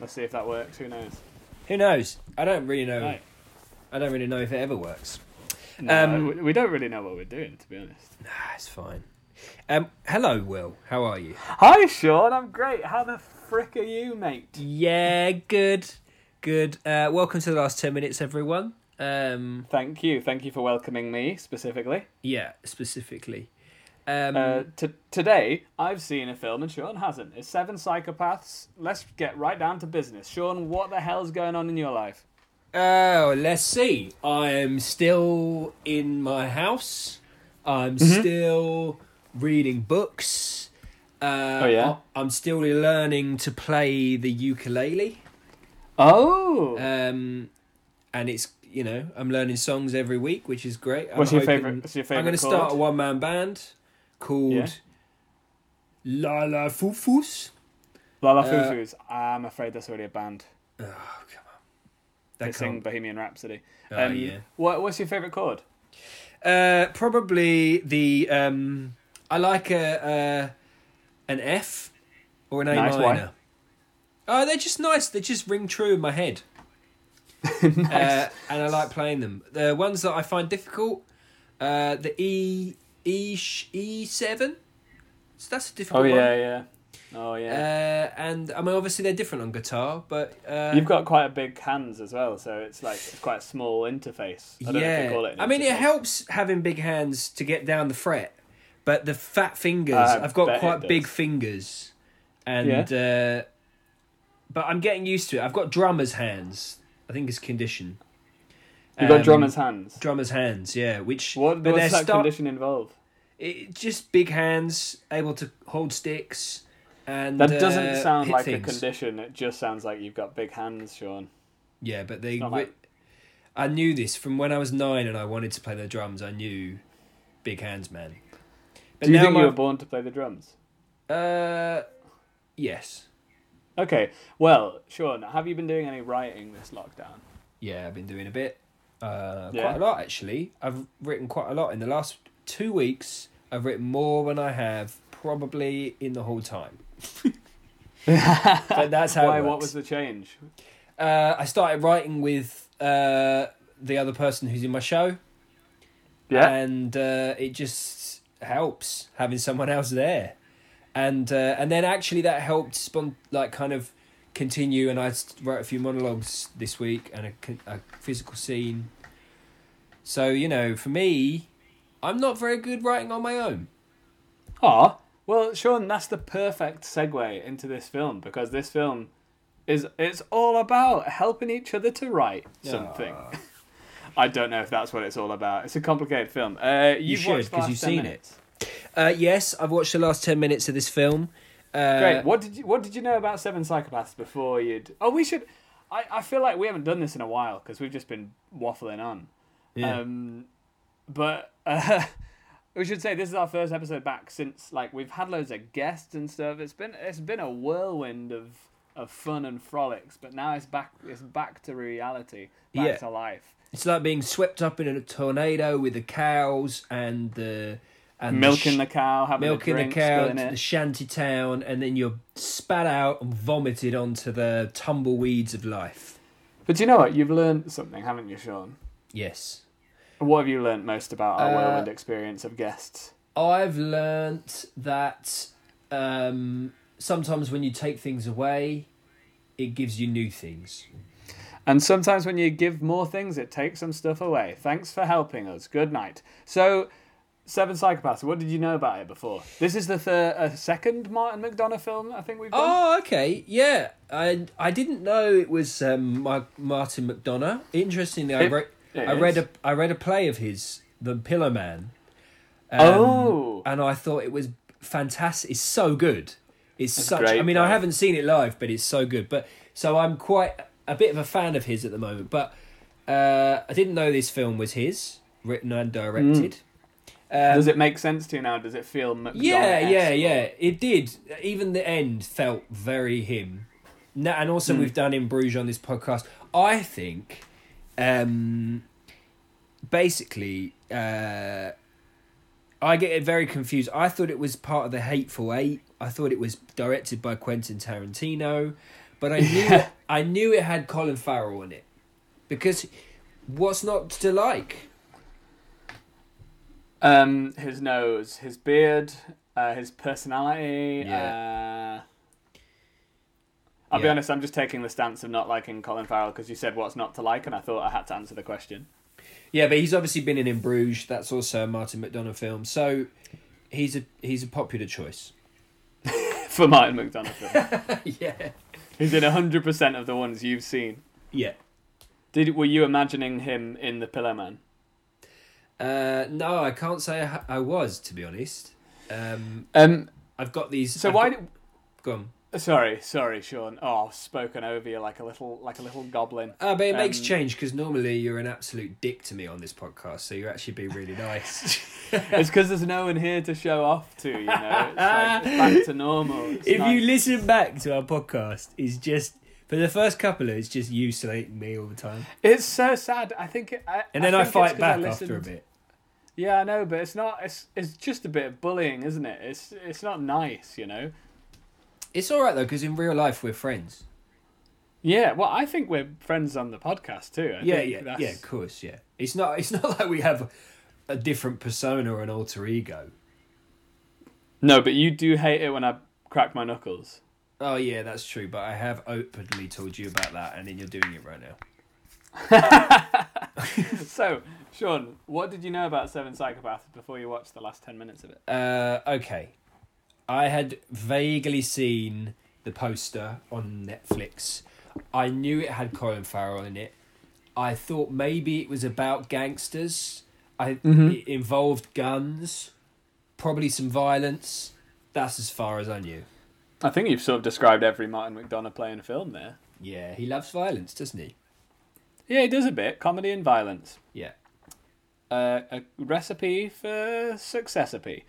Let's see if that works. Who knows? Who knows? I don't really know. Right. I don't really know if it ever works. No, Um, we, we don't really know what we're doing, to be honest. Nah, Ah, it's fine. Um, hello, Will. How are you? Hi, Sean. I'm great. How the frick are you, mate? Yeah, good, good. Uh, welcome to the last ten minutes, everyone. Um, Thank you. Thank you for welcoming me specifically. yeah, specifically. Um, Uh, t- today, I've seen a film and Sean hasn't. It's Seven Psychopaths. Let's get right down to business. Sean, what the hell's going on in your life? Uh, Oh, let's see. I am still in my house. I'm Mm-hmm. still reading books. Uh, Oh, yeah? I- I'm still learning to play the ukulele. Oh, Um, and it's you know I'm learning songs every week, which is great. I'm What's your hoping- favourite- what's your I'm going favourite to start a chord? one man band called Yeah. La La Fufus. La La uh, Fufu's. I'm afraid that's already a band. Oh come on, They that sing can't. Bohemian Rhapsody. Oh, um, yeah. what, what's your favourite chord? Uh, probably the um, I like a uh, an F or an A Nice, why? minor. Oh, they're just nice. They just ring true in my head, uh, and I like playing them. The ones that I find difficult, uh, the E E sh- E seven. So that's a difficult oh, yeah, one. yeah. Oh, yeah. Uh, and I mean, obviously they're different on guitar, but uh, You've got quite a big hands as well, so it's like it's quite a small interface. I don't know if they call it. an I mean, it interface. helps having big hands to get down the fret, but the fat fingers, I I've bet got it quite big does. fingers, and uh, but I'm getting used to it. I've got drummer's hands. I think it's condition. You've got Um, drummer's hands. Drummer's hands, yeah. Which What but does they're that sta- condition involve? it- just big hands, able to hold sticks, and That uh, doesn't sound hit like things. a condition. It just sounds like you've got big hands, Sean. Yeah, but they. Not wi- I knew this from when I was nine and I wanted to play the drums. I knew Big Hands Man. But Do you now think my, you were born to play the drums? Uh, yes. Okay. Well, Sean, have you been doing any writing this lockdown? Yeah, I've been doing a bit. Uh, Yeah. quite a lot actually. I've written quite a lot in the last two weeks. I've written more than I have probably in the whole time. but that's how. Why? It What works. was the change? Uh, I started writing with uh the other person who's in my show, and uh, it just helps having someone else there and uh, and then actually that helped spon- like kind of continue and i s- wrote a few monologues this week and a, c- a physical scene so you know for me i'm not very good writing on my own Ah. Well, Sean, that's the perfect segue into this film because this film is it's all about helping each other to write something. Ah. I don't know if that's what it's all about. It's a complicated film. Uh, you've should, watched 'cause the you've last 10 seen it. minutes. uh, yes i've watched the last 10 minutes of this film uh, Great. What did you What did you know about Seven Psychopaths before you'd? Oh, we should. I, I feel like we haven't done this in a while because we've just been waffling on. yeah. Um, but uh, we should say this is our first episode back since like we've had loads of guests and stuff. It's been it's been a whirlwind of of fun and frolics, but now it's back it's back to reality, back Yeah. to life. it's like being swept up in a tornado with the cows and the and the sh- Milking the cow, having milking a the drink, cow spilling to it. the shanty town, and then you're spat out and vomited onto the tumbleweeds of life. But you know what? You've learned something, haven't you, Sean? Yes, What have you learned most about our Uh, whirlwind experience of guests? I've learnt that um, sometimes when you take things away, it gives you new things. And sometimes when you give more things, it takes some stuff away. Thanks for helping us. Good night. So, Seven Psychopaths. What did you know about it before? This is the thir- uh, second Martin McDonough film I think we've done. Um, Oh, okay, yeah. I I didn't know it was um, my, Martin McDonough. Interestingly, I It- read it I read is. a I read a play of his, The Pillow Man. Um, Oh. and I thought it was fantastic. It's so good. It's such. great, I mean, though. I haven't seen it live, but it's so good. But so I'm quite a bit of a fan of his at the moment. But uh, I didn't know this film was his, written and directed. Um, uh, Does it make sense to you now? Does it feel McDonough? yeah, yeah, yeah. It did. Even the end felt very him. No, and also we've done in Bruges on this podcast. I think, um, basically, uh, I get it very confused. I thought it was part of the Hateful Eight. I thought it was directed by Quentin Tarantino, but I knew Yeah. I knew it had Colin Farrell in it because what's not to like? Um, his nose, his beard, uh, his personality. Uh, I'll be Yeah. honest, I'm just taking the stance of not liking Colin Farrell because you said what's not to like, and I thought I had to answer the question. Yeah, but he's obviously been in In Bruges. That's also a Martin McDonough film, so he's a he's a popular choice. For Martin McDonough, film. yeah, he's in 100% of the ones you've seen. yeah. Did Were you imagining him in The Pillow Man? Uh, no, I can't say I, ha- I was to be honest. Um, Um, I've got these. so I've why... got- Did, go on. sorry, sorry, Sean. Oh, I've spoken over you like a little, like a little goblin. Uh, but it makes Um, change because normally you're an absolute dick to me on this podcast, so you're actually being really nice. It's because there's no one here to show off to, you know. It's like it's back to normal. It's if nice. you listen back to our podcast, it's just for the first couple, it's just you slating me all the time, It's so sad. I think, it, I, and then I, think it's fight 'cause back listened- after a bit. Yeah, I know, but it's not. It's it's just a bit of bullying, isn't it? It's it's not nice, you know. It's all right though, because in real life we're friends. Yeah, well, I think we're friends on the podcast too. I yeah, think yeah, that's- yeah. Of course, yeah. It's not. It's not like we have a different persona or an alter ego. No, but you do hate it when I crack my knuckles. Oh yeah, that's true. But I have openly told you about that, and then you're doing it right now. so, Sean, what did you know about Seven Psychopaths before you watched the last ten minutes of it? Uh, okay. I had vaguely seen the poster on Netflix. I knew it had Colin Farrell in it. I thought maybe it was about gangsters. I it involved guns, probably some violence. That's as far as I knew. I think you've sort of described every Martin McDonough playing a film there. Yeah, he loves violence, doesn't he? Yeah, he does a bit comedy and violence. Yeah. uh, a recipe for successipe.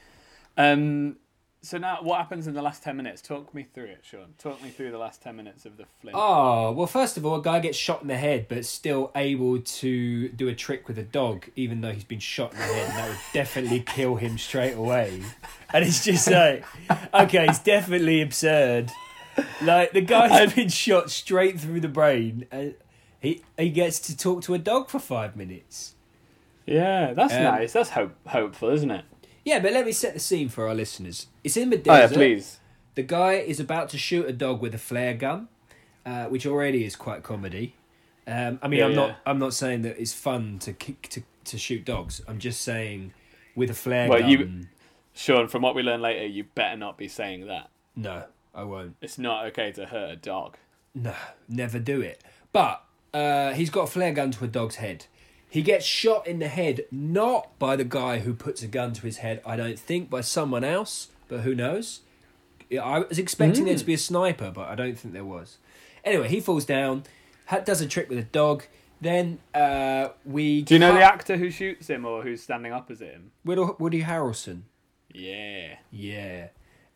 Um, so now, what happens in the last ten minutes? Talk me through it, Sean. Talk me through the last ten minutes of the Flint. Oh, well, first of all, a guy gets shot in the head, but still able to do a trick with a dog, even though he's been shot in the head, and that would definitely kill him straight away. And it's just like, okay, it's definitely absurd. Like, the guy's been shot straight through the brain, and he, he gets to talk to a dog for five minutes. Yeah, that's Um, nice. That's hope hopeful, isn't it? Yeah, but let me set the scene for our listeners. It's in the Oh yeah, desert. please. The guy is about to shoot a dog with a flare gun, uh, which already is quite comedy. Um, I mean, Yeah, I'm yeah. not. I'm not saying that it's fun to kick to, to shoot dogs. I'm just saying with a flare Well, gun. you- Sean, from what we learn later, you better not be saying that. No, I won't. It's not okay to hurt a dog. No, never do it. But uh, he's got a flare gun to a dog's head. He gets shot in the head, not by the guy who puts a gun to his head. I don't think by someone else, but who knows? Yeah, I was expecting there to Hmm. be a sniper, but I don't think there was. Anyway, he falls down, ha- does a trick with a dog. Then uh, we Do you know the cut- actor who shoots him or who's standing opposite him? Woody- Woody Harrelson? Yeah. Yeah.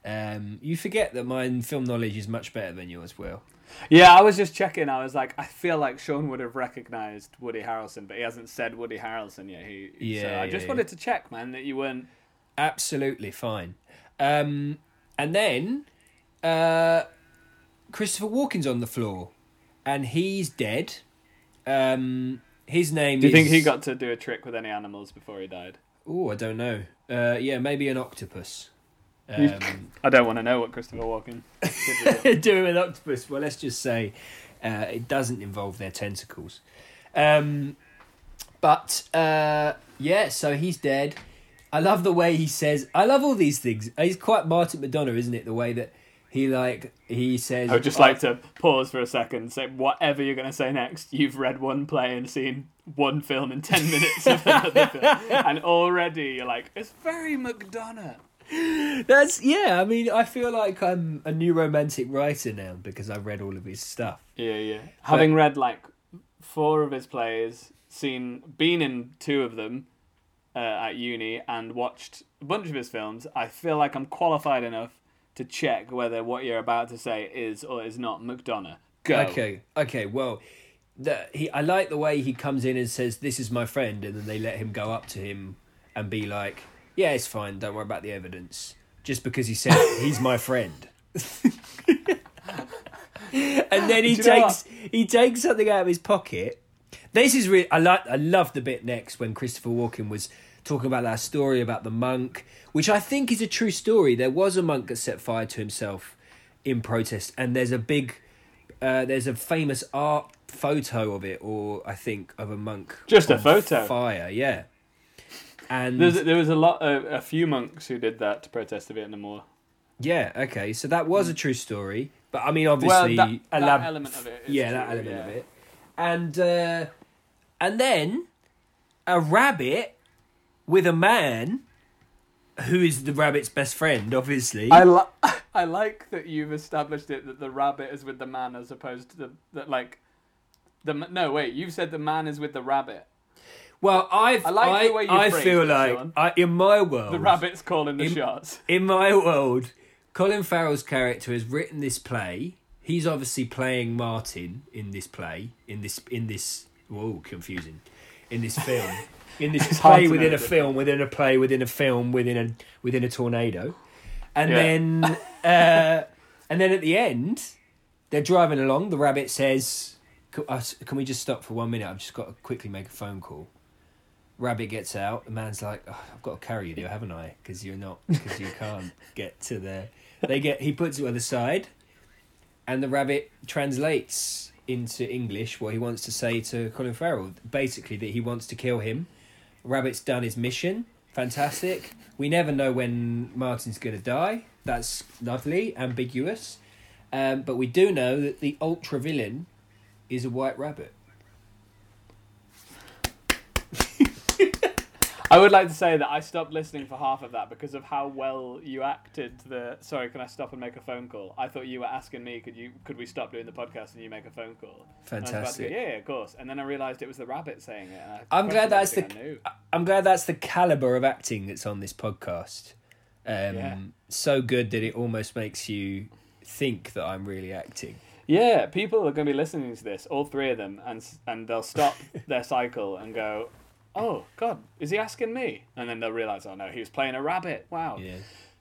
Um, you forget that my film knowledge is much better than yours, Will. Yeah, I was just checking. I was like, I feel like Sean would have recognized Woody Harrelson, but he hasn't said Woody Harrelson yet. He, Yeah, so I yeah, just yeah. wanted to check, man, that you weren't. absolutely fine. Um, and then uh, Christopher Walken's on the floor, and he's dead. Um, his name. Do you is... think he got to do a trick with any animals before he died? Oh, I don't know. Uh, yeah, maybe an octopus. Um, I don't want to know what Christopher Walken. did with it. doing an octopus. Well, let's just say uh, it doesn't involve their tentacles. Um, but uh, yeah, so he's dead. I love the way he says. I love all these things. He's quite Martin Madonna, isn't it? The way that he like he says. I would Oh, just like to pause for a second, and say whatever you're going to say next. You've read one play and seen one film in ten minutes of another film, and already you're like, it's very McDonough. That's yeah. I mean, I feel like I'm a new romantic writer now because I've read all of his stuff. Yeah, yeah. Having read like four of his plays, seen been in two of them uh, at uni, and watched a bunch of his films, I feel like I'm qualified enough to check whether what you're about to say is or is not McDonough. Go. Okay, okay. Well, the, he, I like the way he comes in and says, "This is my friend," and then they let him go up to him and be like, "Yeah, it's fine. Don't worry about the evidence." Just because he said he's my friend. and then he Do you know takes he takes something out of his pocket. This is really I like I love the bit next when Christopher Walken was talking about that story about the monk, which I think is a true story. There was a monk that set fire to himself in protest, and there's a big uh, there's a famous art photo of it, or I think of a monk Just a on photo. fire, yeah. And There's, there was a lot of a few monks who did that to protest the Vietnam War. yeah, okay, so that was a true story, but I mean, obviously, well, that, that elab- element of it. Is yeah, that true, element of yeah. it. And uh, and then a rabbit with a man who is the rabbit's best friend, obviously. I li- I like that you've established it that the rabbit is with the man as opposed to the that like the m- no wait you've said the man is with the rabbit well, I've, I I like the way you I phrased feel it, like Sean. I, in my world, the rabbit's calling the Im- shots in my world, Colin Farrell's character has written this play. He's obviously playing Martin in this play, in this in this whoa, confusing. In this film. In this It's hard play to within know, a isn't it? film, within a play, within a film, within a within a tornado. And Yeah. then uh, and then at the end, they're driving along, the rabbit says "Can- us- can we just stop for one minute? I've just got to quickly make a phone call. Rabbit gets out. The man's like, oh, I've got to carry you, haven't I? Because you're not, because you can't get to there. They get. He puts it on the side, and the rabbit translates into English what he wants to say to Colin Farrell. Basically, that he wants to kill him. Rabbit's done his mission. Fantastic. We never know when Martin's going to die. That's lovely, ambiguous, um, but we do know that the ultra villain is a white rabbit. I would like to say that I stopped listening for half of that because of how well you acted the sorry can I stop and make a phone call I thought you were asking me could you could we stop doing the podcast and you make a phone call And I was about to Fantastic. go, yeah, yeah of course and then I realized it was the rabbit saying it and I I'm glad questioned that's the. everything I knew. I'm glad that's the caliber of acting that's on this podcast. Um, Yeah. So good that it almost makes you think that I'm really acting. Yeah, people are going to be listening to this, all three of them, and s- and they'll stop their cycle and go, "Oh God, is he asking me?" And then they'll realize, "Oh no, he was playing a rabbit." Wow. Yeah.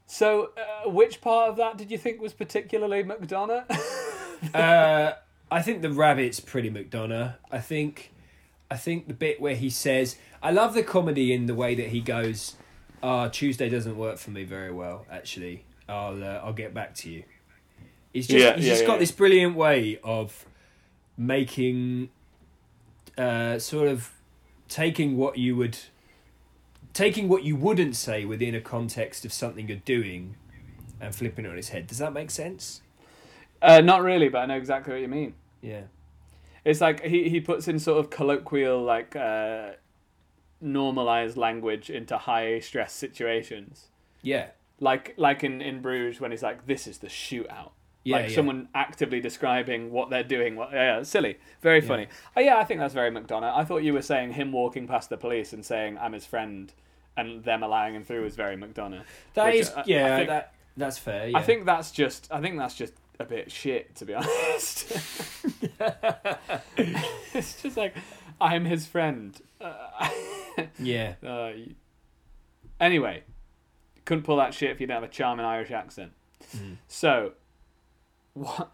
So, uh, which part of that did you think was particularly McDonough? uh, I think the rabbit's pretty McDonough. I think, I think the bit where he says, I love the comedy in the way that he goes. Ah, Tuesday doesn't work for me very well. Actually, I'll uh, I'll get back to you. He's just Yeah, he's yeah, just yeah, got yeah. this brilliant way of making, uh, sort of taking what you would, taking what you wouldn't say within a context of something you're doing, and flipping it on its head. Does that make sense? uh, not really, but I know exactly what you mean. Yeah. It's like he, he puts in sort of colloquial, like uh, normalized language into high stress situations. Yeah. like like in in Bruges when he's like, "This is the shootout." Yeah, like yeah. someone actively describing what they're doing. What, yeah, silly, very Yeah. funny. Oh, yeah, I think that's very McDonough. I thought you were saying him walking past the police and saying, "I'm his friend," and them allowing him through is very McDonough. That which is, I- I yeah, think- that that's fair. I think that's just I think that's just a bit shit to be honest. it's just like I'm his friend. Uh, yeah, Uh, y- anyway, couldn't pull that shit if you didn't have a charming Irish accent. Mm. So, what,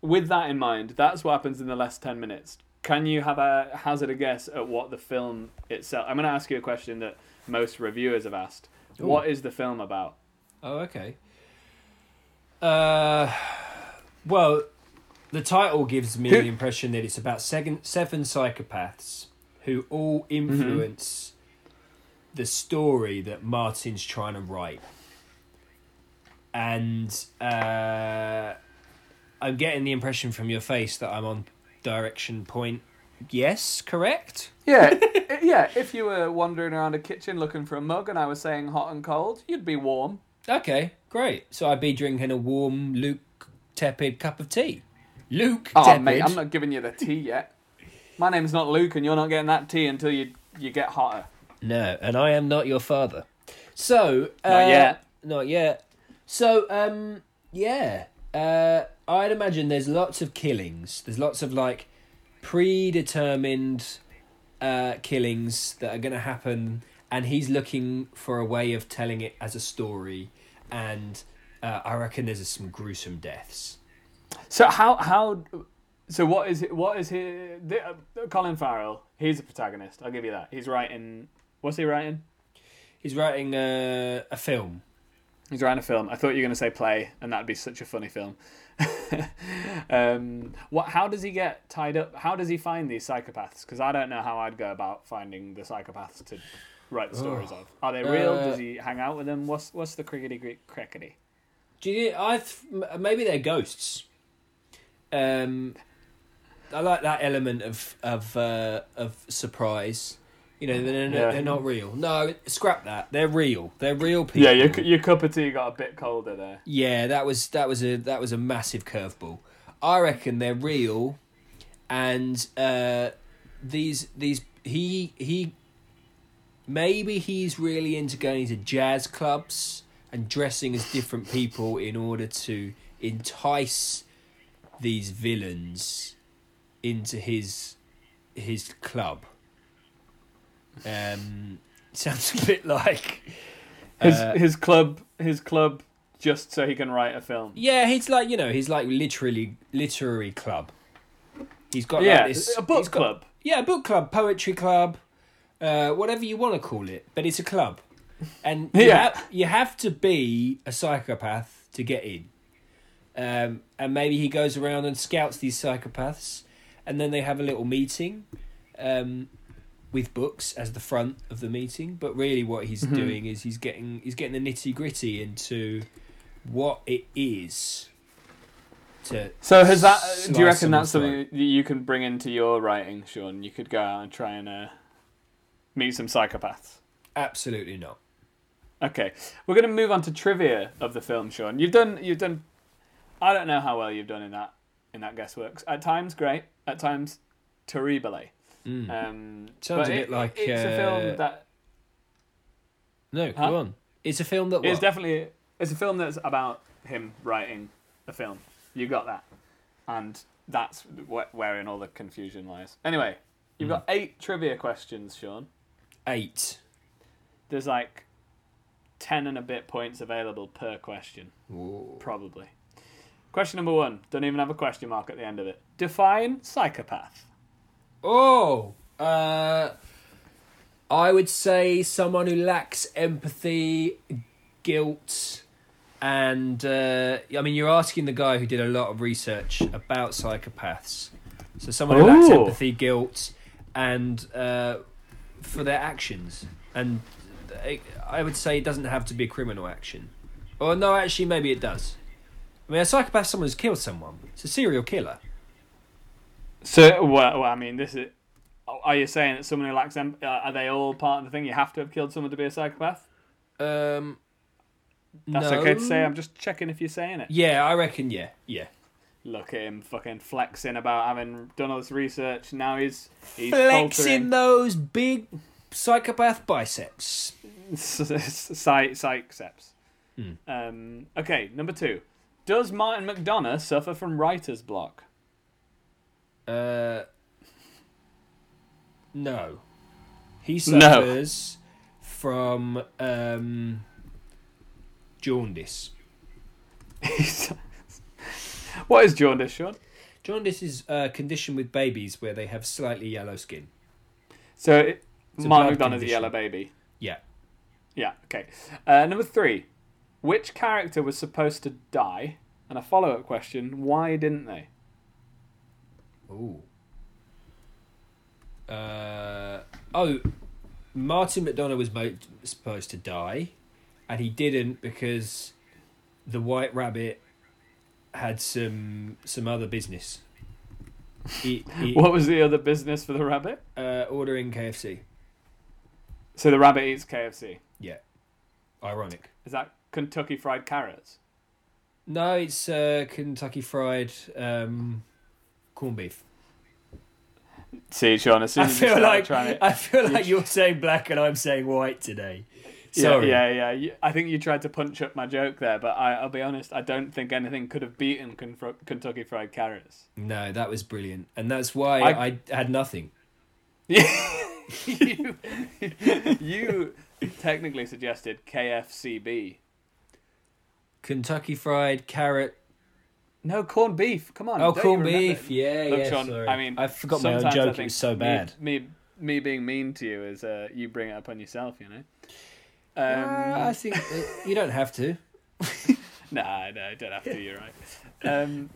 with that in mind, that's what happens in the last 10 minutes. Can you have a hazard a guess at what the film itself? I'm going to ask you a question that most reviewers have asked. Ooh. What is the film about? Oh, okay. Uh, well, the title gives me the impression that it's about seven, seven psychopaths who all Mm-hmm. influence the story that Martin's trying to write. And uh, I'm getting the impression from your face that I'm on direction point. Yes, correct? Yeah, yeah. If you were wandering around a kitchen looking for a mug, and I was saying hot and cold, you'd be warm. Okay, great. So I'd be drinking a warm, Luke tepid cup of tea. Luke Oh, tepid. mate, I'm not giving you the tea yet. My name's not Luke, and you're not getting that tea until you you get hotter. No, and I am not your father. So uh, Not yet. Not yet. So um, yeah. Uh, I'd imagine there's lots of killings. There's lots of like predetermined uh, killings that are going to happen, and he's looking for a way of telling it as a story. And uh, I reckon there's some gruesome deaths. So how how so what is it- what is he? The, uh, Colin Farrell. He's the protagonist. I'll give you that. He's writing. What's he writing? He's writing uh, a film. He's writing a film. I thought you were going to say play, and that'd be such a funny film. um, what? How does he get tied up? How does he find these psychopaths? Because I don't know how I'd go about finding the psychopaths to write the stories of. Are they real? Uh, does he hang out with them? What's What's the crickety crick- crickety? Do you? I th- m- maybe they're ghosts. Um, I like that element of of uh, of surprise. You know, they're, they're, Yeah. they're not real. No, scrap that. They're real. They're real people. Yeah, your cu- your cup of tea got a bit colder there. Yeah, that was that was a that was a massive curveball. I reckon they're real, and uh, these these he he maybe he's really into going to jazz clubs and dressing as different people in order to entice these villains into his his club. Um, sounds a bit like His uh, his club his club just so he can write a film. Yeah, he's like you know, he's like literally literary club. He's got yeah, like this a book he's got- club. yeah, book club, poetry club, uh, whatever you want to call it, but it's a club, and you, Yeah. have, you have to be a psychopath to get in. Um, and maybe he goes around and scouts these psychopaths, and then they have a little meeting, um, with books as the front of the meeting. But really, what he's Mhm. doing is he's getting he's getting the nitty gritty into what it is. To So has that? do you slice reckon that's someone's throat. something that you can bring into your writing, Sean? You could go out and try and uh, meet some psychopaths. Absolutely not. Okay, we're going to move on to trivia of the film, Sean. You've done, you've done. I don't know how well you've done in that in that guessworks. At times, great. At times, terribly. Mm. Um, Sounds but a it- bit like, it's a uh, film that No, Huh? go on. It's a film that it's what? definitely it's a film that's about him writing a film. You got that, and that's wh- wherein all the confusion lies. Anyway, you've Mm-hmm. got eight trivia questions, Sean. eight. There's like ten and a bit points available per question, probably. Question number one. Don't even have a question mark at the end of it. Define psychopath. Oh, uh, I would say someone who lacks empathy, guilt, and uh, I mean, you're asking the guy who did a lot of research about psychopaths. So someone who lacks Ooh. empathy, guilt, and uh, for their actions, and I- I would say it doesn't have to be a criminal action. Or no, actually, maybe it does. I mean, a psychopath, someone who's killed someone. It's a serial killer. So, well, well I mean, this is. Are you saying that someone who lacks em- uh, are they all part of the thing? You have to have killed someone to be a psychopath. Um, That's no. okay to say. I'm just checking if you're saying it. Yeah, I reckon. Yeah, yeah. Look at him fucking flexing about having done all this research. Now he's he's Flexing faltering. those big psychopath biceps. psych psychseps. Hmm. Um, okay, number two. Does Martin McDonough suffer from writer's block? Uh, no, he No. suffers from um, jaundice. what is jaundice, Sean? Jaundice is a condition with babies where they have slightly yellow skin. So it, a blood Martin McDonough's a condition. yellow baby. Yeah. Yeah. Okay. Uh, number three. Which character was supposed to die? And a follow-up question: Why didn't they? Ooh. Uh, oh, Martin McDonough was mo- supposed to die, and he didn't because the White Rabbit had some some other business. He, he, What was the other business for the rabbit? Uh, ordering KFC. So the rabbit eats KFC. Yeah, ironic. Is that Kentucky Fried Carrots? No, it's uh, Kentucky Fried um, corned beef. See, Sean, as soon I as you feel start like trying to... I feel like you're saying black and I'm saying white today. Sorry. Yeah, yeah, yeah. You- I think you tried to punch up my joke there, but I, I'll be honest, I don't think anything could have beaten Ken- Kentucky Fried Carrots. No, that was brilliant, and that's why I, I- had nothing. you, you technically suggested KFCB. Kentucky Fried Carrot No corned beef. Come on. Oh, don't you corned remember beef. it? Yeah, Look, yeah. Sean, sorry. I mean, I forgot my own sometimes I joke. It think was so me- bad. Me, me, being mean to you is uh, you bring it up on yourself. You know. Uh, I Um, think uh, you don't have to. nah, no, don't have to. You're right. Um,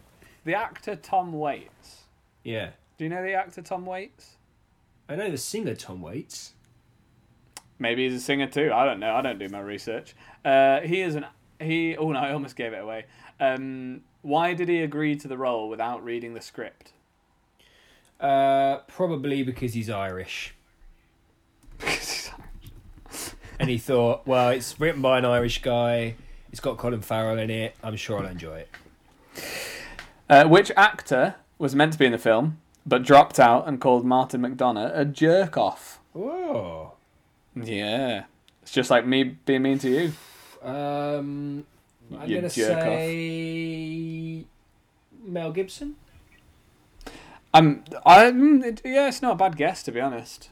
the actor Tom Waits. Yeah, Do you know the actor Tom Waits? I know the singer Tom Waits. Maybe he's a singer too. I don't know. I don't do my research. Uh, he is an he. Oh no, I almost gave it away. Um, why did he agree to the role without reading the script? Uh, probably because he's Irish, and he thought, well, it's written by an Irish guy. It's got Colin Farrell in it. I'm sure I'll enjoy it. Uh, which actor was meant to be in the film but dropped out and called Martin McDonough a jerk off? Oh, Yeah. It's just like me being mean to you. um, I'm You gonna jerk off. say Mel Gibson. I'm, I'm, Um, mm, it- yeah, it's not a bad guess, to be honest.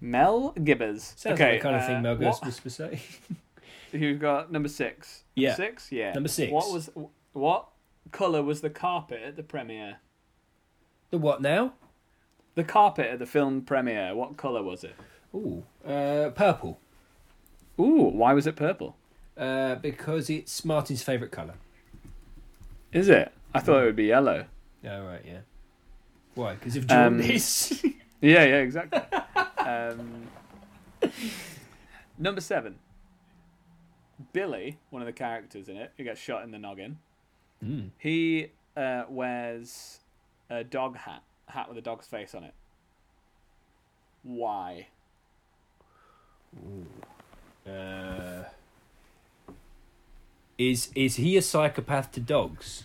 Mel Gibbers. Sounds okay, like the kind of uh, thing Mel what- Gibson would say. You've got number six. Number Yeah. Six? Yeah. Number six. What was, what colour was the carpet at the premiere? The what now? The carpet at the film premiere, what colour was it? Ooh, uh, purple. Ooh, why was it purple? Uh, because it's Martin's favourite colour. Is it? I thought it would be yellow. Oh, right, yeah. Why? Because of Um, jaundice. Yeah, yeah, exactly. um, number seven. Billy, one of the characters in it, who gets shot in the noggin, Hmm. Mm. he uh, wears a dog hat, hat with a dog's face on it. Why? Uh, is is he a psychopath to dogs?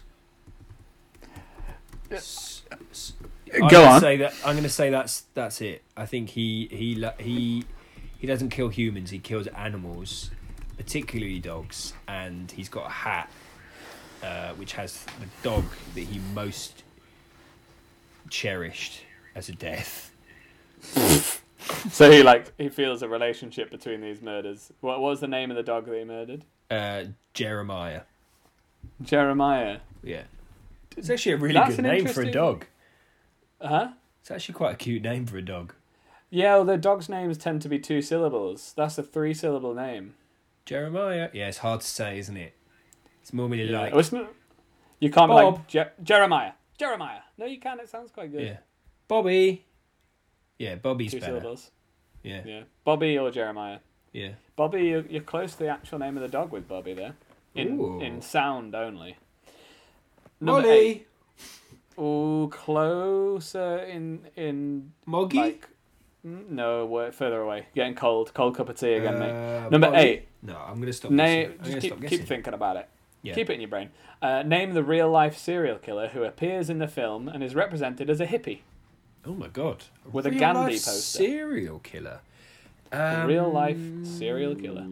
Uh, S- s- I'm Go gonna on. Say that I'm going to say that's that's it. I think he he lo- he he doesn't kill humans. He kills animals, particularly dogs. And he's got a hat, uh, which has the dog that he most cherished as a death. So he like he feels a relationship between these murders. What, what was the name of the dog that he murdered? Uh, Jeremiah. Jeremiah. Yeah. It's actually a really That's good an name for interesting- a dog. Huh? It's actually quite a cute name for a dog. Yeah, although dogs' names tend to be two syllables. That's a three-syllable name. Jeremiah. Yeah, it's hard to say, isn't it? It's normally Yeah. like Well, it's not- you can't be Bob. like Je- Jeremiah. Jeremiah. No, you can. It sounds quite good. yeah, Bobby. Yeah, Bobby's Two better. syllables. Yeah, yeah, Yeah. Bobby or Jeremiah. Bobby, you're, you're close to the actual name of the dog with Bobby there. In Ooh. in sound only. Number eight. Molly, Ooh, closer in in Moggy. like. mm, No, we're further away. Getting cold. Cold cup of tea again, mate. Uh, Number Bobby? eight. No, I'm gonna stop. guessing. Name. I'm Just gonna stop keep, guessing. keep thinking about it. Yeah. Keep it in your brain. Uh, name the real life serial killer who appears in the film and is represented as a hippie. Oh my god. With a real Gandhi life poster. Serial killer. A Um, real life serial killer.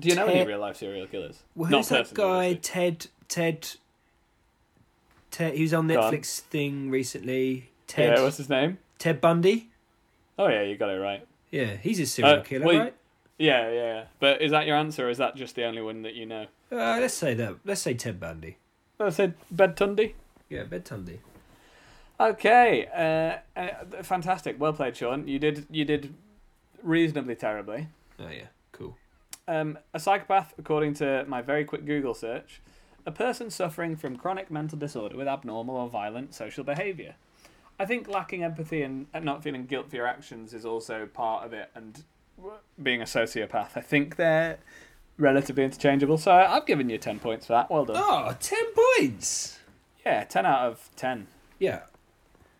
Do you know any Ted- real life serial killers? Well, Not who's that personally, guy? obviously. Ted. Ted. Ted. He was on Go on. Netflix thing recently. Ted. Yeah, what's his name? Ted Bundy. Oh yeah, you got it right. Yeah, he's a serial Uh, killer, well, right? Yeah, yeah, yeah. But is that your answer, or is that just the only one that you know? Uh, let's say that. Let's say Ted Bundy. I said Bedtundi. Yeah, Bed Bundy. Okay, uh, uh, fantastic. Well played, Sean. You did you did reasonably terribly. Oh yeah, cool. Um, a psychopath, according to my very quick Google search, a person suffering from chronic mental disorder with abnormal or violent social behaviour. I think lacking empathy and, and not feeling guilt for your actions is also part of it, and being a sociopath. I think they're relatively interchangeable, so I've given you 10 points for that. Well done. Oh, 10 points. Yeah, 10 out of 10. Yeah.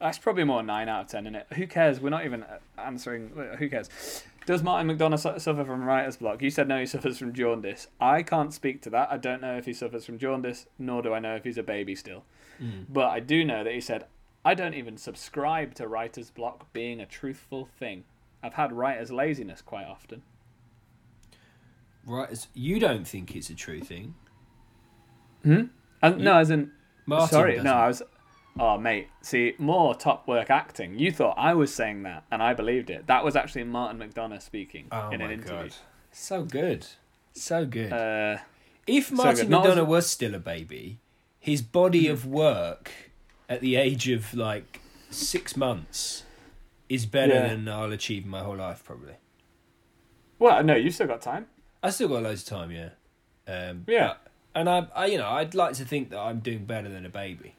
That's probably more 9 out of 10, isn't it? Who cares? We're not even uh, answering. Who cares? Does Martin McDonough su- suffer from writer's block? You said no, he suffers from jaundice. I can't speak to that. I don't know if he suffers from jaundice, nor do I know if he's a baby still. But I do know that he said, I don't even subscribe to writer's block being a truthful thing. I've had writer's laziness quite often. Right, as- you don't think it's a true thing. And, no, as in, Martin sorry, doesn't. no, I was. Oh, mate, see, more top work acting. You thought I was saying that, and I believed it. That was actually Martin McDonough speaking Oh in my an interview. god. So good. So good. Uh, If Martin good. Not Madonna as- Mm-hmm. was still a baby, his body of work at the age of like six months is better Yeah. than I'll achieve in my whole life, probably. Well, no, you've still got time. I still got loads of time, yeah. Um, Yeah. and I, I, you know, I'd like to think that I'm doing better than a baby.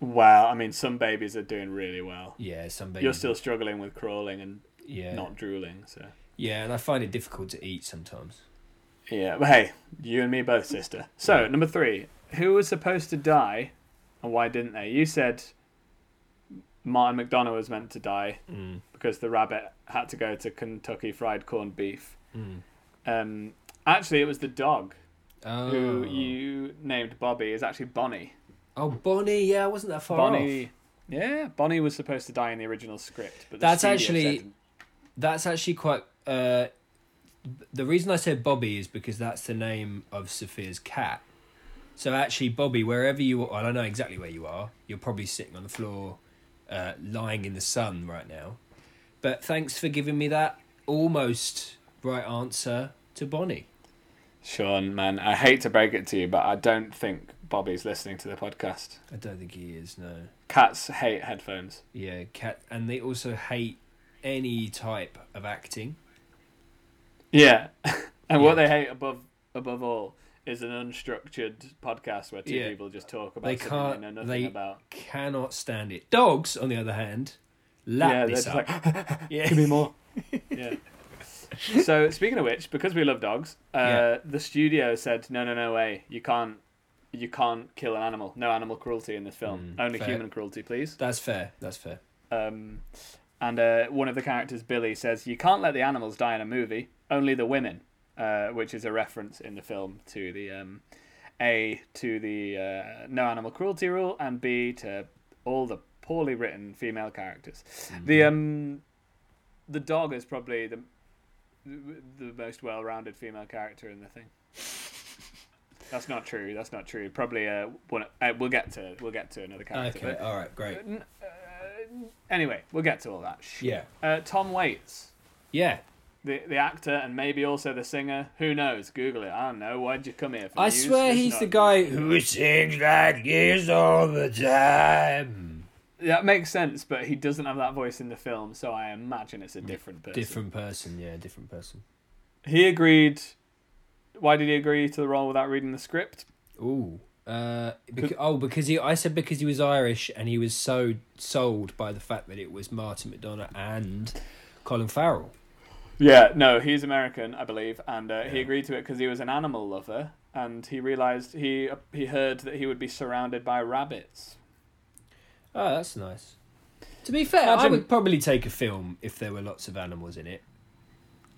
Well, I mean, some babies are doing really well. Yeah, some babies. You're still struggling with crawling and yeah, not drooling, so. yeah, and I find it difficult to eat sometimes. Yeah, but hey, you and me both, sister. So, number three, who was supposed to die and why didn't they? You said Martin McDonough was meant to die Mm. because the rabbit had to go to Kentucky fried corned beef. Mm. Um, actually, it was the dog Oh. who you named Bobby is actually Bonnie. oh, Bonnie, yeah, I wasn't that far off. Bonnie. Yeah, Bonnie was supposed to die in the original script, but the That's studio actually- said- That's actually quite. Uh, the reason I said Bobby is because that's the name of Sophia's cat. So actually, Bobby, wherever you are, I don't know exactly where you are. You're probably sitting on the floor, uh, lying in the sun right now. But thanks for giving me that almost right answer to Bonnie. Sean, man, I hate to break it to you, but I don't think Bobby's listening to the podcast. I don't think he is. No. Cats hate headphones. Yeah, cat, and they also hate any type of acting. Yeah, and what Yeah. they hate above above all is an unstructured podcast where two Yeah. people just talk about They something can't- they know nothing they- about. Cannot stand it. Dogs, on the other hand, lap Yeah, they're this just up. like, yeah. give me more. yeah. So speaking of which, because we love dogs, uh, Yeah. the studio said, "No, no, no way! You can't, you can't kill an animal. No animal cruelty in this film. Mm, Only fair. human cruelty, please." That's fair. That's fair. Um, and uh, one of the characters, Billy, says, "You can't let the animals die in a movie. Only the women," uh, which is a reference in the film to the um, a to the uh, no animal cruelty rule, and b to all the poorly written female characters. The Mm-hmm. um, the dog is probably the the most well-rounded female character in the thing. That's not true. That's not true. Probably uh, one, uh we'll get to we'll get to another character. Okay. but- All right. Great. Anyway, we'll get to all that. Sh- Yeah. Uh, Tom Waits, Yeah. the the actor and maybe also the singer. Who knows? Google it. I don't know. Why'd you come here? For I news? swear It's he's not the news. guy who sings like this all the time. That makes sense, but he doesn't have that voice in the film, so I imagine it's a different person. Different person. Yeah. Different person. He agreed. Why did he agree to the role without reading the script? Ooh. Uh, bec- oh, because he, I said because he was Irish and he was so sold by the fact that it was Martin McDonough and Colin Farrell. Yeah, no, he's American, I believe, and uh, he Yeah. agreed to it because he was an animal lover, and he realized he he heard that he would be surrounded by rabbits. Oh, that's nice. To be fair, I Imagine- would probably take a film if there were lots of animals in it.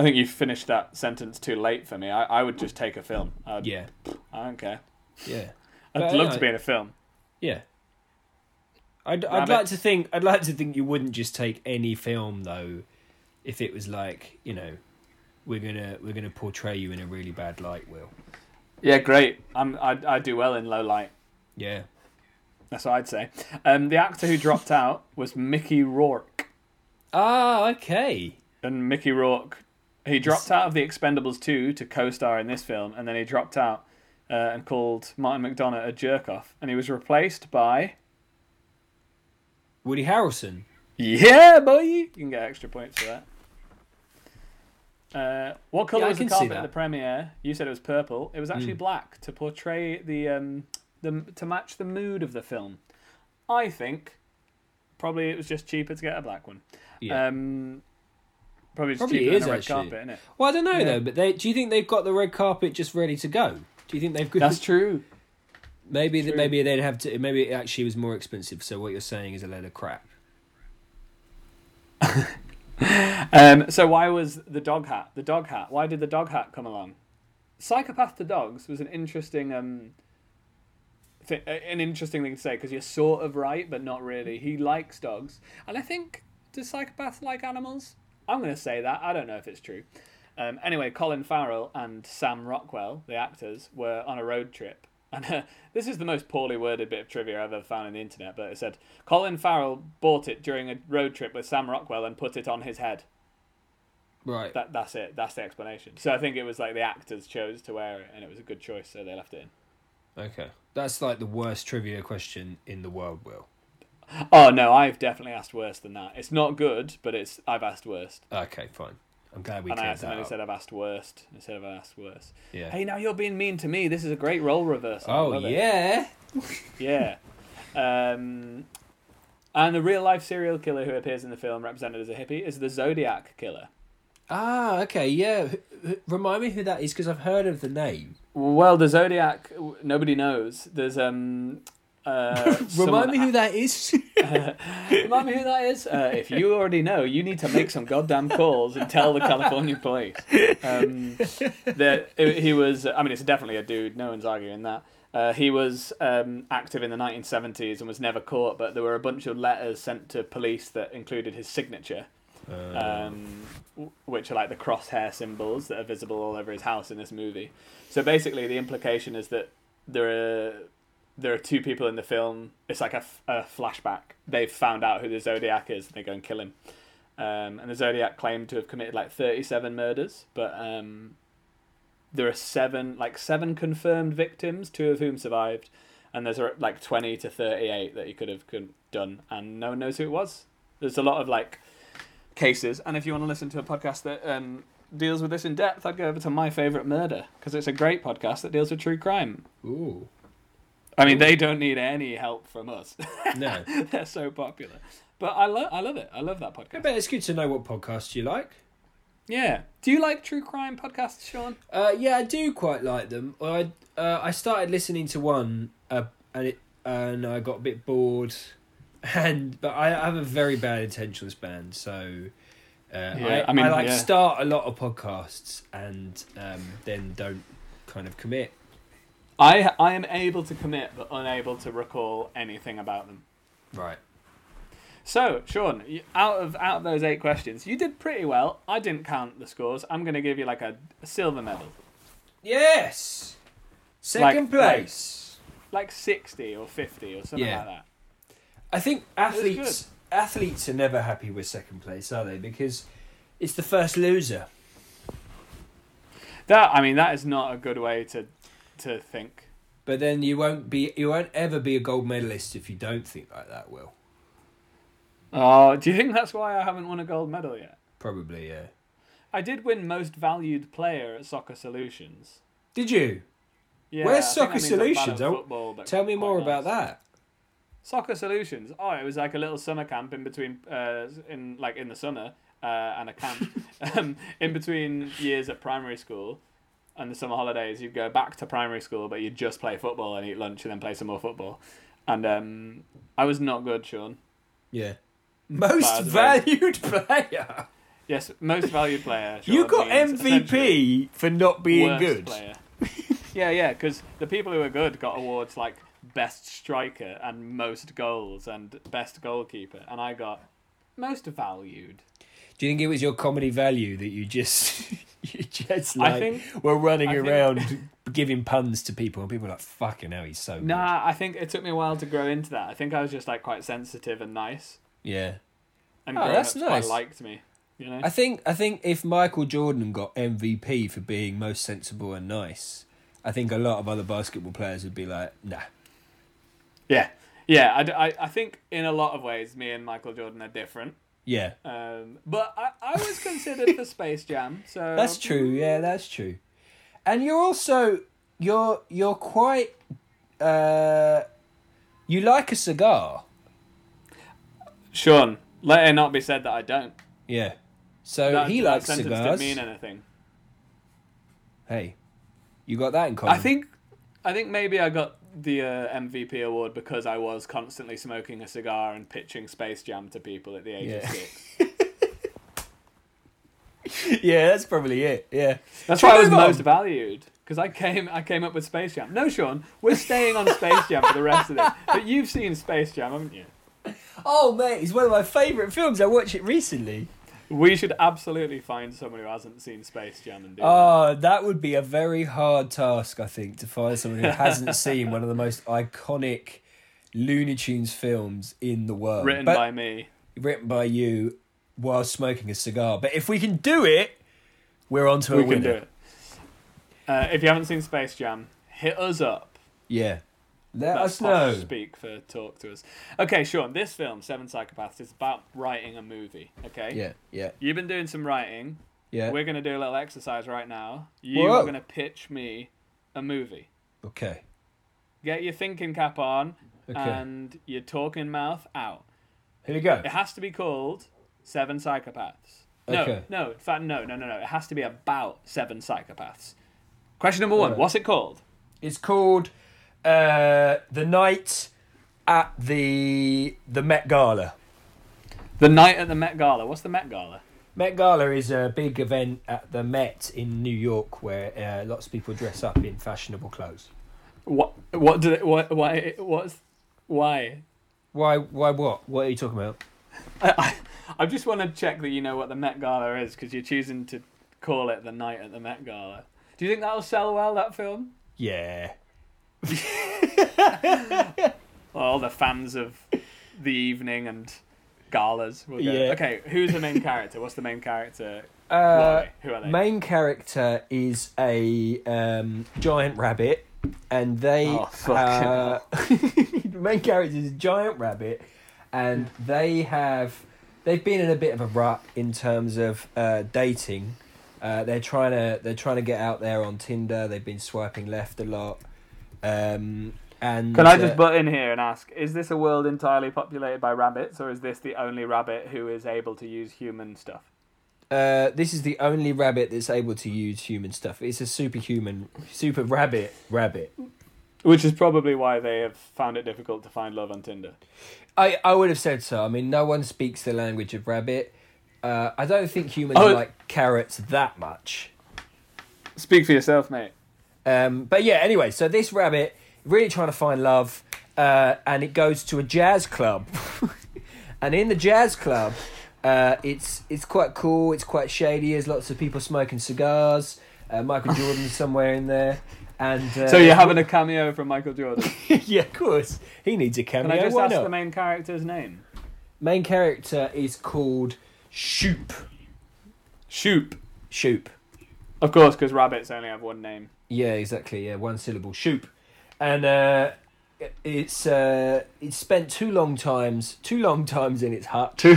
I think you finished that sentence too late for me. I, I would just take a film. I'd, Yeah, I don't care. yeah, I'd But, love yeah. to be in a film. yeah. I'd I'd Rabbits. like to think I'd like to think you wouldn't just take any film though, if it was like you know, we're gonna we're gonna portray you in a really bad light. Will Yeah, great. I'm, I, I do well in low light. yeah. That's what I'd say. Um, the actor who dropped out was Mickey Rourke. Ah, okay. And Mickey Rourke, he dropped out of The Expendables 2 to co star in this film, and then he dropped out uh, and called Martin McDonough a jerk off. And he was replaced by. Woody Harrelson. Yeah, boy! You can get extra points for that. Uh, what colour Yeah, I was the can see carpet that. Hmm. at the premiere? You said it was purple. It was actually black to portray the um the to match the mood of the film. I think probably it was just cheaper to get a black one. Yeah. Um, probably just Probably cheaper is, than a red actually. carpet, isn't it? well, I don't know yeah. though. But they, do you think they've got the red carpet just ready to go? Do you think they've got That's true. maybe that true. maybe they'd have to maybe it actually was more expensive? So what you're saying is a load of crap. Um, so why was the dog hat? The dog hat. Why did the dog hat come along? Psychopath to dogs was an interesting um, th- an interesting thing to say because you're sort of right, but not really. He likes dogs, and I think does psychopaths like animals? I'm going to say that. I don't know if it's true. Um, anyway, Colin Farrell and Sam Rockwell, the actors, were on a road trip. And uh, this is the most poorly worded bit of trivia I've ever found on the internet, but it said Colin Farrell bought it during a road trip with Sam Rockwell and put it on his head. Right. That that's it. That's the explanation. So I think it was like the actors chose to wear it, and it was a good choice, so they left it in. Okay. That's like the worst trivia question in the world, Will. Oh no, I've definitely asked worse than that. It's not good, but it's I've asked worst. Okay, fine. I'm glad we and I cleared that accidentally up. said I've asked worst instead of I asked worse. Yeah. Hey, now you're being mean to me. This is a great role reversal. I oh love it. yeah. Yeah. Um, and the real life serial killer who appears in the film, represented as a hippie, is the Zodiac Killer. Ah, okay, yeah. Wh- wh- Remind me who that is because I've heard of the name. Well, the Zodiac, w- nobody knows. There's um. Uh, Remind someone- me who that is. Remind me who that is. Uh, if you already know, you need to make some goddamn calls and tell the California police um, that it- he was. I mean, it's definitely a dude. No one's arguing that. Uh, he was um, active in the 1970s and was never caught, but there were a bunch of letters sent to police that included his signature, um, w- which are like the crosshair symbols that are visible all over his house in this movie. So basically, the implication is that there are there are two people in the film. It's like a, f- a flashback. They've found out who the Zodiac is, and they go and kill him. Um, and the Zodiac claimed to have committed like thirty-seven murders, but um, there are seven, like seven confirmed victims, two of whom survived, and there's uh, like twenty to thirty-eight that he could have con- done, and no one knows who it was. There's a lot of like cases, and if you want to listen to a podcast that um, deals with this in depth, I'd go over to my favorite murder because it's a great podcast that deals with true crime. Ooh. I mean, they don't need any help from us. No. They're so popular. But I love, I love it. I love that I podcast. bet it's good to know what podcasts you like. Yeah. Do you like true crime podcasts, Sean? Uh, yeah, I do quite like them. I uh, I started listening to one, uh, and it and I got a bit bored, and but I have a very bad attention span, so uh, Yeah, I, I mean, I like yeah. start a lot of podcasts and um, then don't kind of commit. I I am able to commit, but unable to recall anything about them. Right. So, Sean, you- out of out of those eight questions, you did pretty well. I didn't count the scores. I'm going to give you like a, a silver medal, Yes. Second Like- place. like sixty or fifty or something Yeah. like that. I think was athletes athletes are never happy with second place, are they? Because it's the first loser. That I mean, that is not a good way to to think. But then you won't be you won't ever be a gold medalist if you don't think like that, Will. Oh, do you think that's why I haven't won a gold medal yet? Probably, yeah. I did win most valued player at Soccer Solutions. Did you? Yeah, Where's I think Soccer that means I'm bad at Solutions? Oh, football, but Tell me quite more nice. about that. Soccer Solutions. Oh, it was like a little summer camp in between, uh, in like in the summer, uh, and a camp um, in between years at primary school, and the summer holidays. You'd go back to primary school, but you'd just play football and eat lunch, and then play some more football. And um, I was not good, Sean. Yeah. Most Bad, valued player. Yes, most valued player. Sean, You got means essentially- MVP for not being worst good. player. yeah, yeah, because the people who were good got awards like best striker and most goals and best goalkeeper, and I got most valued. Do you think it was your comedy value that you just you just I like think- were running I think- around giving puns to people and people were like fucking hell he's so good. Nah, I think it took me a while to grow into that. I think I was just like quite sensitive and nice, Yeah. and Oh, grown-ups that's quite nice. liked me. You know, I think I think if Michael Jordan got MVP for being most sensible and nice, I think a lot of other basketball players would be like, nah. yeah, yeah. I, d- I- I think in a lot of ways, me and Michael Jordan are different. Yeah. Um, but I, I was considered for Space Jam, so That's true, yeah, that's true. And you're also you're you're quite uh you like a cigar. Sean, let it not be said that I don't. Yeah. So That- he that likes sentence didn't cigars. mean anything. Hey. You got that in common. I think, I think maybe I got the uh, MVP award because I was constantly smoking a cigar and pitching Space Jam to people at the age of Yeah. six. Yeah, that's probably it. Yeah. That's why I was Move on. most valued because I came, I came up with Space Jam. No, Sean, we're staying on Space Jam for the rest of this. But you've seen Space Jam, haven't you? Oh mate, it's one of my favourite films. I watched it recently. We should absolutely find someone who hasn't seen Space Jam and do it. Oh, that would be a very hard task, I think, to find someone who hasn't seen one of the most iconic Looney Tunes films in the world. written But- by me. written by you while smoking a cigar. But if we can do it, We're on to a we winner. can do it. Uh, if you haven't seen Space Jam, hit us up. Yeah. Let That's us posh know. Speak for talk to us. Okay, Sean. This film, Seven Psychopaths, is about writing a movie. Okay. Yeah, yeah, You've been doing some writing. yeah. We're gonna do a little exercise right now. You Whoa. are gonna pitch me a movie. okay. Get your thinking cap on Okay. and your talking mouth out. Here we go. It has to be called Seven Psychopaths. Okay. No, no, in fact, no, no, no, no. It has to be about seven psychopaths. Question number one: What's it called? It's called uh, The Night at the the Met Gala. The night at the Met Gala. What's the Met Gala? Met Gala is a big event at the Met in New York where uh, lots of people dress up in fashionable clothes. What? What did? It, what? Why? What's? Why? Why? Why? What? What are you talking about? I, I, I just want to check that you know what the Met Gala is because you're choosing to call it the night at the Met Gala. Do you think that'll sell well? That film? Yeah. All the fans of the evening and galas. Will go. Yeah. Okay, who's the main character? What's the main character? What are Uh, they? Who are they? main character is a um, giant rabbit, and they Oh, fucking uh, main character is a giant rabbit, and they have they've been in a bit of a rut in terms of uh, dating. Uh, they're trying to they're trying to get out there on Tinder. They've been swiping left a lot, um, and Can I uh, just butt in here and ask, is this a world entirely populated by rabbits, or is this the only rabbit who is able to use human stuff? Uh, this is the only rabbit that's able to use human stuff. It's a superhuman, super rabbit, rabbit. Which is probably why they have found it difficult to find love on Tinder. I, I would have said so. I mean, no one speaks the language of rabbit. Uh, I don't think humans Oh. like carrots that much. Speak for yourself, mate. Um, but yeah, anyway, so this rabbit really trying to find love, uh, and it goes to a jazz club, and in the jazz club, uh, it's it's quite cool. It's quite shady. There's lots of people smoking cigars. Uh, Michael Jordan's somewhere in there, and uh, So you're having a cameo from Michael Jordan. yeah, of course. He needs a cameo. Can I just Why ask not? the main character's name? Main character is called Shoop. Shoop. Shoop. Of course, because rabbits only have one name. Yeah, exactly. Yeah, one syllable. Shoop. And uh, it's uh, it's spent two long times, two long times in its hut. Two.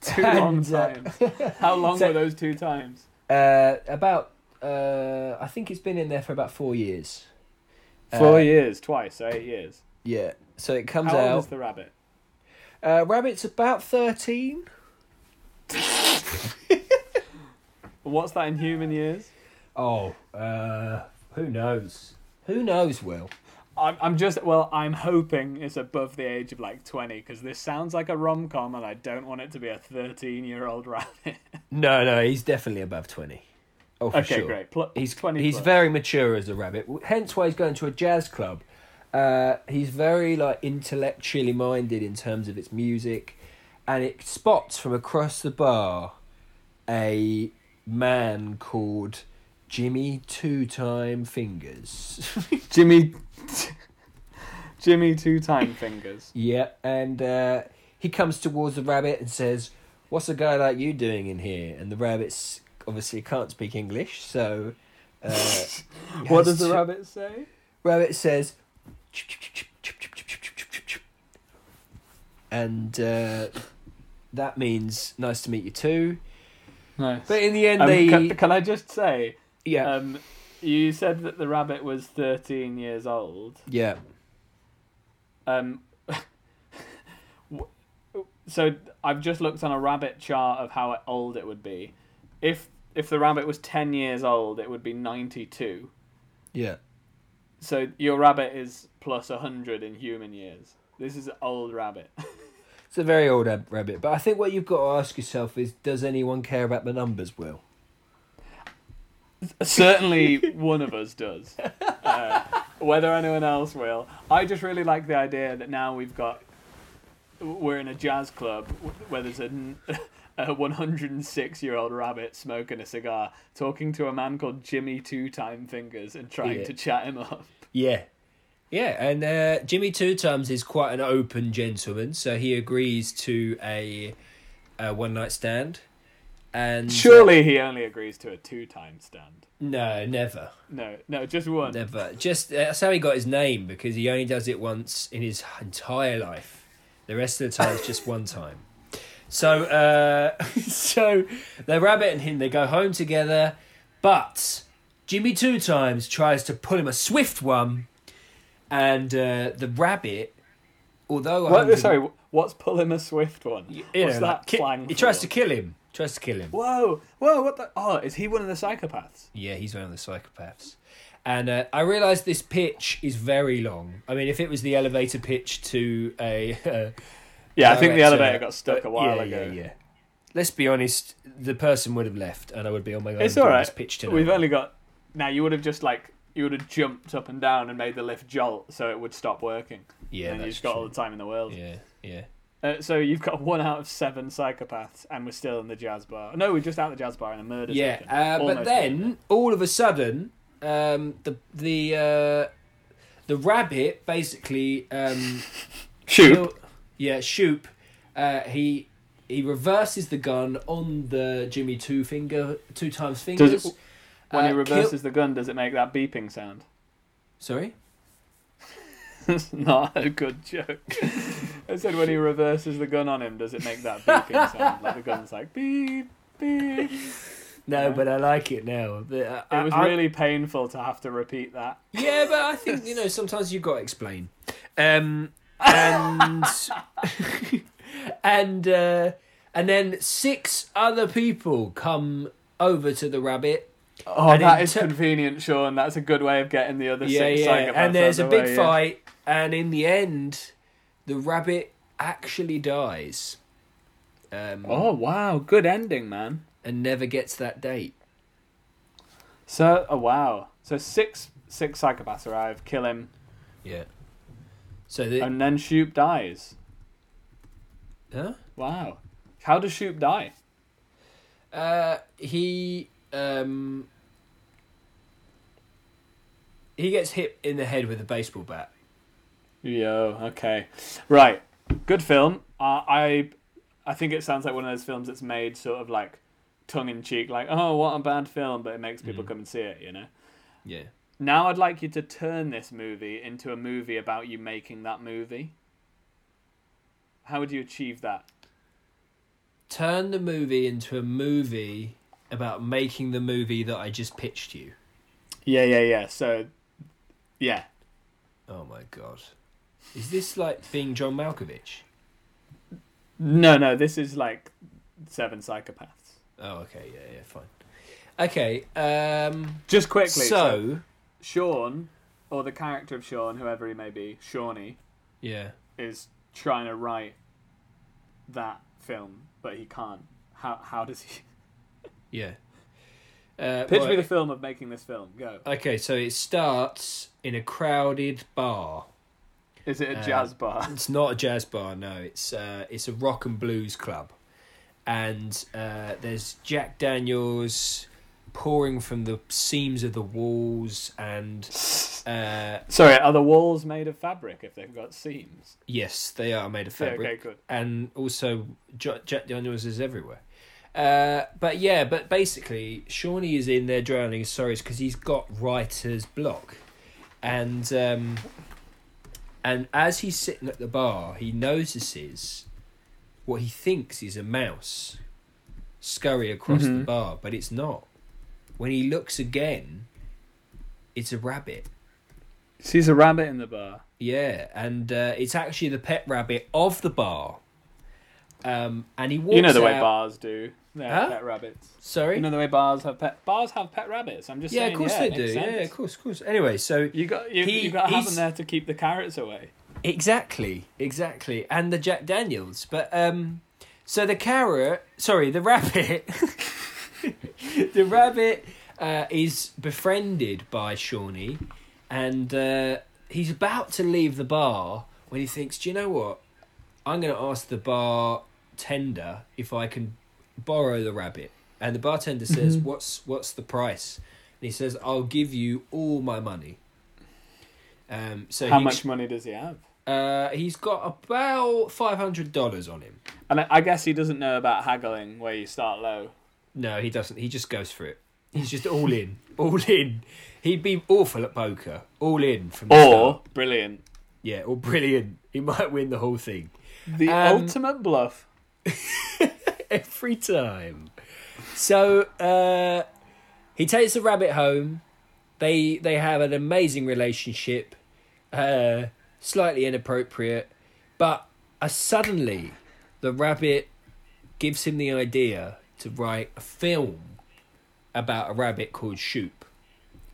Two long And, uh, times. How long So- were those two times? Uh, about uh, I think it's been in there for about four years. Four Uh, years, twice, so eight years. Yeah. So it comes How old out. is the rabbit? Uh, rabbit's about thirteen. What's that in human years? Oh, uh, who knows? Who knows? Will. I'm, I'm just well i'm hoping it's above the age of like 20 because this sounds like a rom-com and i don't want it to be a 13 year old rabbit No, no, he's definitely above twenty. Oh, for okay sure. great Pl- He's 20 He's plus. very mature as a rabbit. Hence why he's going to a jazz club. Uh, he's very like intellectually minded in terms of its music, and it spots from across the bar a man called Jimmy Two Time Fingers. jimmy jimmy two time fingers yeah, and uh, he comes towards the rabbit and says, "What's a guy like you doing in here?" And the rabbit's obviously can't speak English, so. Uh, what has does the to- rabbit say rabbit says, and uh, that means nice to meet you too. nice But in the uh, end, um, they can, can i just say yeah um you said that the rabbit was 13 years old yeah Um, w- so I've just looked on a rabbit chart of how old it would be. If if the rabbit was ten years old, it would be ninety two. yeah So your rabbit is plus hundred in human years. This is an old rabbit. it's a very old ab- rabbit. But I think what you've got to ask yourself is, does anyone care about the numbers? Will Certainly, one of us does. Uh, whether anyone else will, I just really like the idea that now we've got we're in a jazz club where there's a, a 106 year old rabbit smoking a cigar, talking to a man called Jimmy Two Time Fingers and trying Yeah. to chat him up. yeah. Yeah, and uh, Jimmy Two Times is quite an open gentleman, so he agrees to a, a one night stand, And Surely he only agrees to a two-time stand. no, never, No, no, just one. never. Just uh, that's how he got his name because he only does it once in his entire life. The rest of the time is just one time. So, uh, so the rabbit and him they go home together, but Jimmy two times tries to pull him a swift one, and uh, the rabbit, although a What, uh, hundred- sorry, what's pull him a swift one? you what's know, that like, ki- slang? he for? tries to kill him. Tries to kill him. Whoa, whoa, what the? Oh, is he one of the psychopaths? Yeah, he's one of the psychopaths. And uh, I realised this pitch is very long. I mean, if it was the elevator pitch to a. Uh, Yeah, I think the director- elevator got stuck a uh, while yeah, ago. Yeah, yeah. Let's be honest, the person would have left and I would be on my own. It's doing all right. This pitch tonight. We've only got now. You would have just like you would have jumped up and down and made the lift jolt, so it would stop working. yeah, and that's you've got all true. the time in the world. Yeah, yeah. Uh, so you've got one out of seven psychopaths, and we're still in the jazz bar. No, we're just out of the jazz bar in a murder. Yeah, second. uh, but Almost murder. then all of a sudden, um, the the uh, the rabbit basically um, shoot. Yeah, Shoop. Uh, he he reverses the gun on the Jimmy two finger two times fingers. Does it, when he Uh, reverses kill- the gun, does it make that beeping sound? Sorry. It's not a good joke. I said when he reverses the gun on him, does it make that beeping sound? Like the gun's like beep beep. No, No. but I like it now. The- I- It was I- really painful to have to repeat that. yeah, but I think you know sometimes you got to explain. Um, and and uh, and then six other people come over to the rabbit Oh, And that in is ter- convenient, Sean. That's a good way of getting the other six psychopaths And there's out a the big way, yeah. fight, and in the end, the rabbit actually dies, um, Oh wow, good ending, man. and never gets that date. So, oh wow, so six six psychopaths arrive, kill him, Yeah. So the and then Shoop dies. huh? Wow, how does Shoop die? Uh, he um, he gets hit in the head with a baseball bat. Yo, okay, right, good film. Uh, I I think it sounds like one of those films that's made sort of like tongue in cheek, like oh what a bad film, but it makes people come and see it, you know. Yeah. Now I'd like you to turn this movie into a movie about you making that movie. How would you achieve that? Turn the movie into a movie about making the movie that I just pitched you. Yeah, yeah, yeah. So, yeah. Oh my god. Is this like being John Malkovich? No, no, this is like Seven Psychopaths. Oh, okay, yeah, yeah, fine. Okay, um, Just quickly. So, so Sean, or the character of Sean, whoever he may be, Shawnee, yeah, is trying to write that film, but he can't. How, how does he. yeah. Uh, Pitch me right. the film of making this film. Go. Okay, so it starts in a crowded bar. Is it a Uh, jazz bar? It's not a jazz bar, no. It's uh, it's a rock and blues club, and uh, there's Jack Daniels pouring from the seams of the walls, and uh, Sorry, are the walls made of fabric if they've got seams? yes, they are made of Yeah, fabric. okay, good. and also J- Jack Daniels is everywhere. Uh, but yeah, but basically, Shawnee is in there drowning his sorrows because he's got writer's block, and um, and as he's sitting at the bar, he notices what he thinks is a mouse scurry across the Mhm. bar, but it's not. When he looks again, it's a rabbit. Sees a rabbit in the bar. Yeah, and uh, it's actually the pet rabbit of the bar. Um, and he walks. You know the way out- bars do. They have Huh? pet rabbits. Sorry. You know the way bars have pet bars have pet rabbits. I'm just yeah, saying. of course yeah, they it do. makes Yeah, sense. of course, of course. Anyway, so You got you, He- you got to have he's- them there to keep the carrots away. exactly, exactly, and the Jack Daniels, but um, so the carrot, sorry, the rabbit, the rabbit uh, is befriended by Shawnee, and uh, he's about to leave the bar when he thinks, do you know what? I'm going to ask the bartender if I can borrow the rabbit. And the bartender says, Mm-hmm. "What's what's the price?" And he says, "I'll give you all my money." Um, so How he, much money does he have? Uh, he's got about five hundred dollars on him. And I, I guess he doesn't know about haggling where you start low. No, he doesn't. He just goes for it. He's just all in, all in. He'd be awful at poker, all in from the Or start. brilliant. Yeah, or brilliant. He might win the whole thing The Um, ultimate bluff. every time. So uh, he takes the rabbit home. They they have an amazing relationship, uh, slightly inappropriate, but uh, suddenly the rabbit gives him the idea to write a film about a rabbit called Shoop.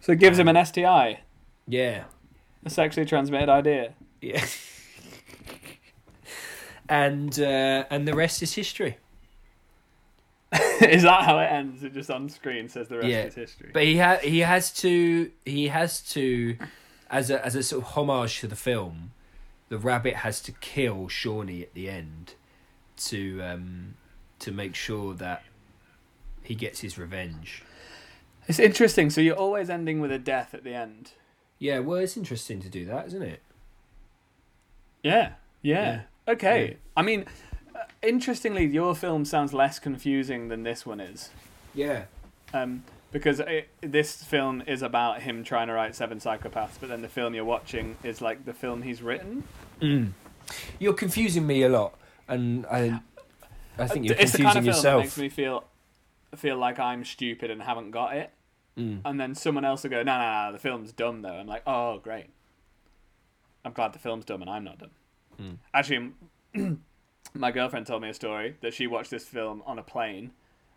So it gives him an STI, Yeah, a sexually transmitted idea. yeah. and uh, and the rest is history. is that how it ends? It just on screen says the rest Yeah. is history. But he ha- he has to he has to as a as a sort of homage to the film, the rabbit has to kill Shawnee at the end to um to make sure that he gets his revenge. It's interesting. So you're always ending with a death at the end. Yeah, well it's interesting to do that, isn't it? Yeah. Yeah. Okay. Yeah. I mean, uh, interestingly, your film sounds less confusing than this one is. Yeah. Um, because it, this film is about him trying to write Seven Psychopaths, but then the film you're watching is like the film he's written. Mm. You're confusing me a lot and I I think you're it's the confusing kind of film that yourself. makes me feel feel like I'm stupid and haven't got it. Mm. And then someone else will go, no, no, no, the film's dumb though. I'm like, oh, great. I'm glad the film's dumb and I'm not dumb. Mm. Actually, m- my girlfriend told me a story that she watched this film on a plane,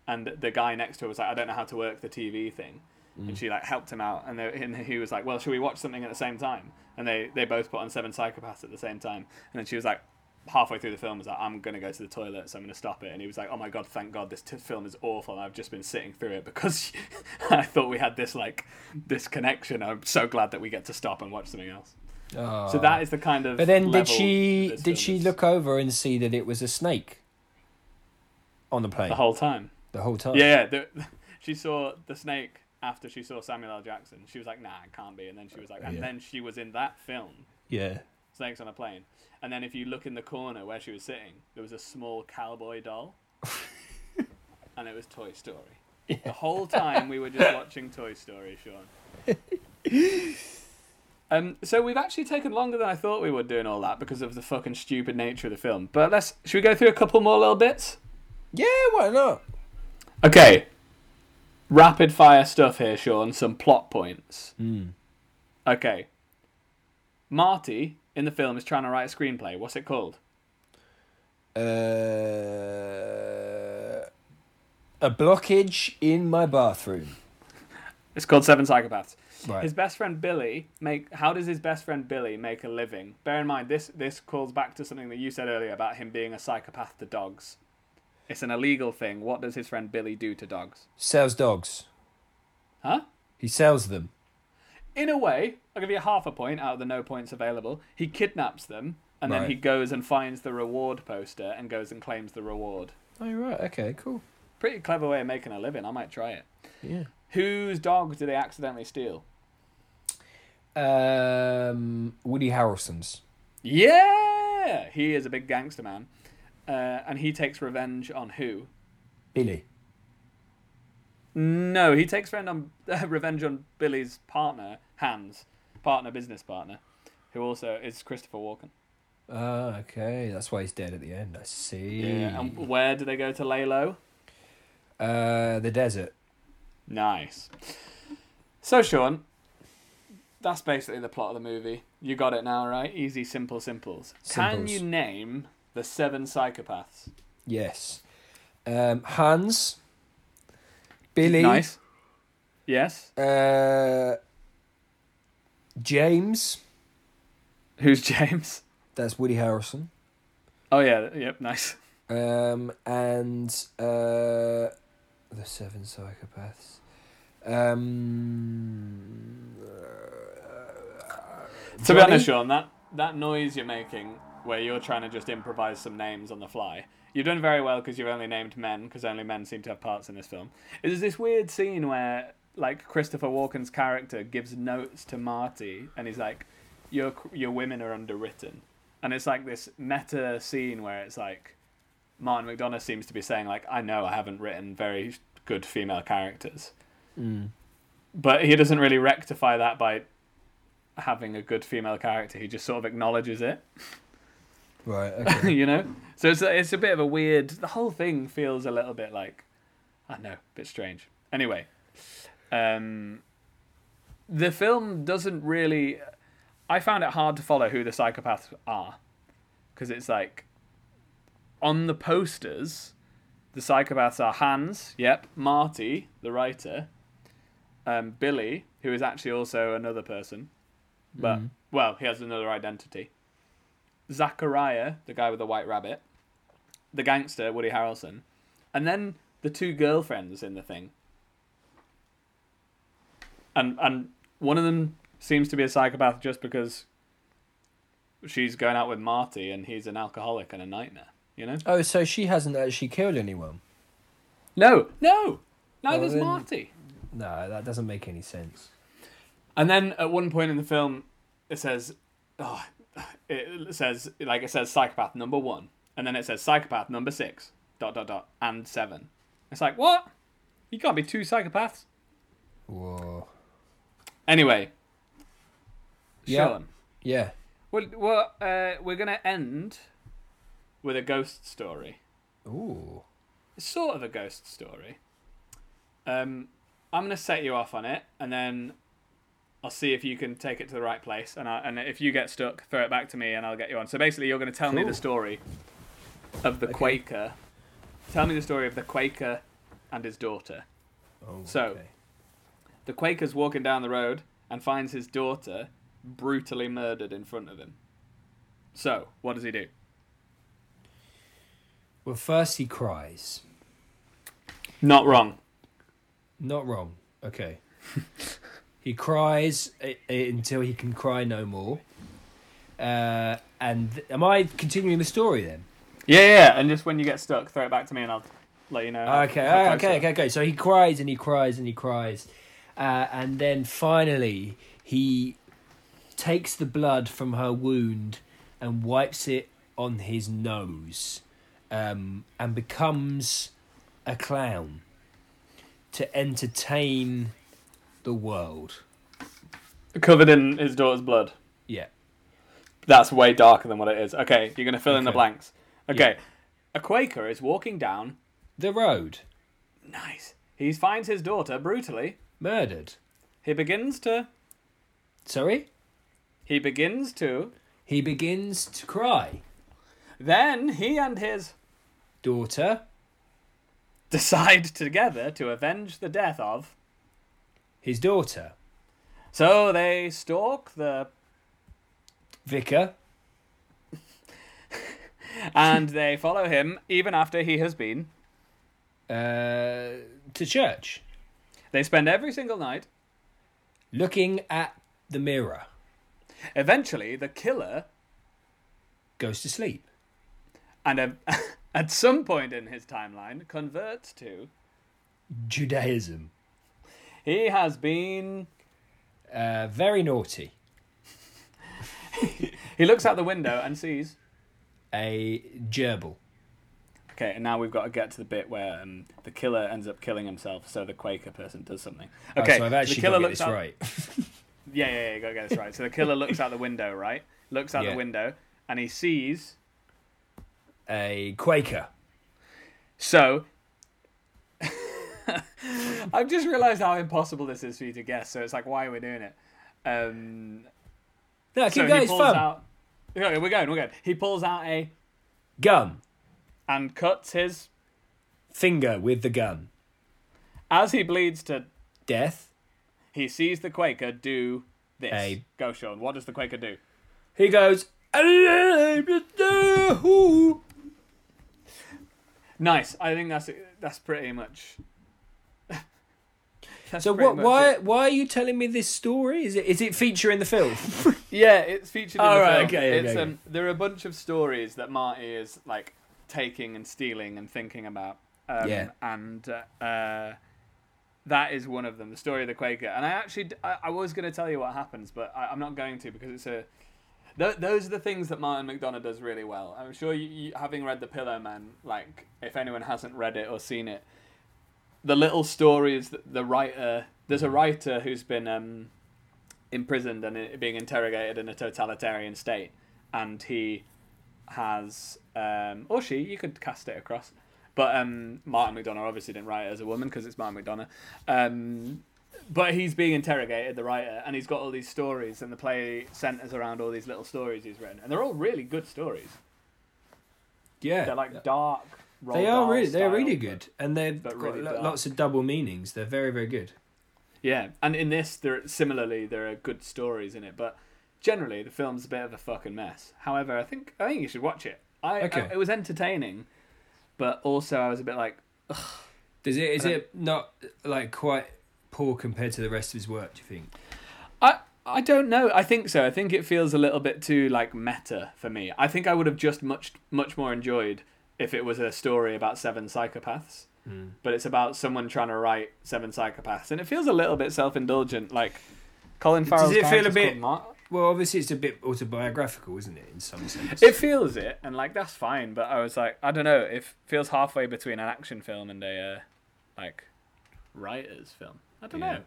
and the guy next to her was like, I don't know how to work the TV thing. Mm. And she like helped him out, and, they, and he was like, "Well, should we watch something at the same time?" And they, they both put on Seven Psychopaths at the same time. And then she was like, halfway through the film, was like, "I'm gonna go to the toilet, so I'm gonna stop it." And he was like, "Oh my god, thank God, this t- film is awful. And I've just been sitting through it because I thought we had this like this connection. I'm so glad that we get to stop and watch something else." Ah. So that is the kind of. But then level did she that did this film she is look over and see that it was a snake on the plane the whole time? the whole time? Yeah, yeah the, she saw the snake after she saw Samuel L. Jackson. She was like, "Nah, it can't be." And then she was like, and Yeah. then she was in that film, Yeah. Snakes on a Plane. And then if you look in the corner where she was sitting, there was a small cowboy doll, and it was Toy Story. The whole time we were just watching Toy Story, Sean. Um, so we've actually taken longer than I thought we would doing all that because of the fucking stupid nature of the film. But let's should we go through a couple more little bits? Yeah, why not? Okay. Rapid fire stuff here, Sean. Some plot points. Okay. Marty in the film is trying to write a screenplay. What's it called? Uh, a blockage in my bathroom. It's called Seven Psychopaths. Right. His best friend Billy make. How does his best friend Billy make a living? Bear in mind this this calls back to something that you said earlier about him being a psychopath to dogs. It's an illegal thing. What does his friend Billy do to dogs? sells dogs. Huh? He sells them. in a way, I'll give you half a point out of the no points available. He kidnaps them, and then Right. he goes and finds the reward poster and goes and claims the reward. Oh, right. Okay, cool. Pretty clever way of making a living. I might try it. Yeah. Whose dog do they accidentally steal? Um, Woody Harrelson's. Yeah, he is a big gangster man, uh, and he takes revenge on who? Billy. No, he takes revenge on revenge on Billy's partner, Hans, partner business partner, who also is Christopher Walken. Ah, okay. That's why he's dead at the end. I see. Yeah. And where do they go to lay low? Uh, the desert. Nice. So, Sean, that's basically the plot of the movie. You got it now, right? Easy, simple, simples. Can Simples. you name the seven psychopaths? Yes. Um, Hans. Billy. Nice. Yes. Uh, James. Who's James? That's Woody Harrelson. Oh yeah. Yep. Nice. Um, and uh, the seven psychopaths. Um, To be Johnny? honest, Sean, that that noise you're making, where you're trying to just improvise some names on the fly, you've done very well because you've only named men, because only men seem to have parts in this film. There's this weird scene where, like, Christopher Walken's character gives notes to Marty, and he's like, "Your your women are underwritten," and it's like this meta scene where it's like, Martin McDonough seems to be saying like, "I know I haven't written very good female characters. Hmm. But he doesn't really rectify that by having a good female character. He just sort of acknowledges it, Right. Okay. you know. So it's a, it's a bit of a weird. The whole thing feels a little bit like, I don't know, a bit strange. Anyway, um, the film doesn't really. I found it hard to follow who the psychopaths are, because it's like, on the posters, the psychopaths are Hans, yep, Marty, the writer, um, Billy, who is actually also another person, but well, he has another identity. Zachariah, the guy with the white rabbit, the gangster Woody Harrelson, and then the two girlfriends in the thing. And and one of them seems to be a psychopath just because she's going out with Marty and he's an alcoholic and a nightmare, you know? Oh, so she hasn't actually killed anyone. No, no. Well, Neither's then- Marty. No, that doesn't make any sense. And then at one point in the film, it says, oh, it says like it says psychopath number one, and then it says psychopath number six, dot dot dot, and seven. It's like what? You can't be two psychopaths. Whoa. Anyway, Yeah. Sean, Yeah. well, well uh, we're gonna end with a ghost story. Ooh. It's sort of a ghost story. Um, I'm gonna set you off on it, and then I'll see if you can take it to the right place. And I, and if you get stuck, throw it back to me, and I'll get you on. So basically, you're gonna tell me Cool. the story of the Quaker. Tell me the story of the Quaker and his daughter. Oh, So- okay. The Quaker's walking down the road and finds his daughter brutally murdered in front of him. So what does he do? Well, first he cries. Not wrong. Not wrong. Okay. he cries uh, uh, until he can cry no more. Uh, and th- am I continuing the story then? Yeah, yeah. And just when you get stuck, throw it back to me, and I'll let you know. how- Okay, how okay, close you okay, are. okay, So he cries and he cries and he cries, uh, and then finally he takes the blood from her wound and wipes it on his nose, um, and becomes a clown to entertain the world. covered in his daughter's blood. Yeah. That's way darker than what it is. Okay, you're gonna fill in the Okay. blanks. Okay, a Quaker is walking down. The road Nice. He finds his daughter brutally. murdered. He begins to. Sorry. He begins to. He begins to cry. Then he and his Daughter, decide together to avenge the death of. his daughter, So they stalk the vicar, and they follow him even after he has been. uh, to church. They spend every single night. looking at the mirror Eventually, the killer goes to sleep and a, at some point in his timeline converts to judaism he has been uh, very naughty He looks out the window and sees. a gerbil Okay, and now we've got to get to the bit where um, the killer ends up killing himself, so the Quaker person does something. Oh, Okay, so i've the actually killer got to get looks this out- right Yeah, yeah, yeah, you gotta get this right. So the killer looks out the window, right? Looks out Yeah. the window, and he sees. a quaker So. I've just realised how impossible this is for you to guess, so it's like, why are we doing it? Um, no keep so he going it's pulls fun out. Okay, we're going, we're going. He pulls out a. gun and cuts his. finger with the gun As he bleeds to death He sees the Quaker do this. Hey. Go, Sean. What does the Quaker do? he goes yeah Nice. I think that's that's pretty much. That's so pretty what much why it. why are you telling me this story is it is it featuring the film Yeah, it's featured. in All the right, film. okay, okay, It's, okay. Um, there are a bunch of stories that Marty is like taking and stealing and thinking about. Um, Yeah. And uh, uh, that is one of them. The story of the Quaker. And I actually, d- I, I was going to tell you what happens, but I, I'm not going to because it's a. Th- those are the things that Martin McDonough does really well. I'm sure you, you, having read The Pillow Man, like if anyone hasn't read it or seen it, the little stories that the writer there's a writer who's been um, imprisoned and i- being interrogated in a totalitarian state, and he has um, or she you could cast it across, but um, Martin McDonough obviously didn't write it as a woman because it's Martin McDonough. Um, but he's being interrogated, the writer, and he's got all these stories, and the play centers around all these little stories he's written, and they're all really good stories. Yeah, They're like dark. Roald they are Dahl really they're style, really but- good, and they've but got really lo- dark. lots of double meanings. They're very very good. Yeah, and in this, there similarly there are good stories in it, but generally the film's a bit of a fucking mess. However, I think I think you should watch it. I, Okay. I- it was entertaining, but also I was a bit like, Does it is I don't- it not like quite poor compared to the rest of his work? Do you think? I I don't know. I think so. I think it feels a little bit too like meta for me. I think I would have just much much more enjoyed if it was a story about seven psychopaths. Hmm. But it's about someone trying to write seven psychopaths, and it feels a little bit self-indulgent. Like Colin Farrell's it feel a character's bit- called Mark. Well, obviously it's a bit autobiographical, isn't it? In some sense. It feels it, and like that's fine. But I was like, I don't know. It feels halfway between an action film and a uh, like writer's film. I don't Yeah. know.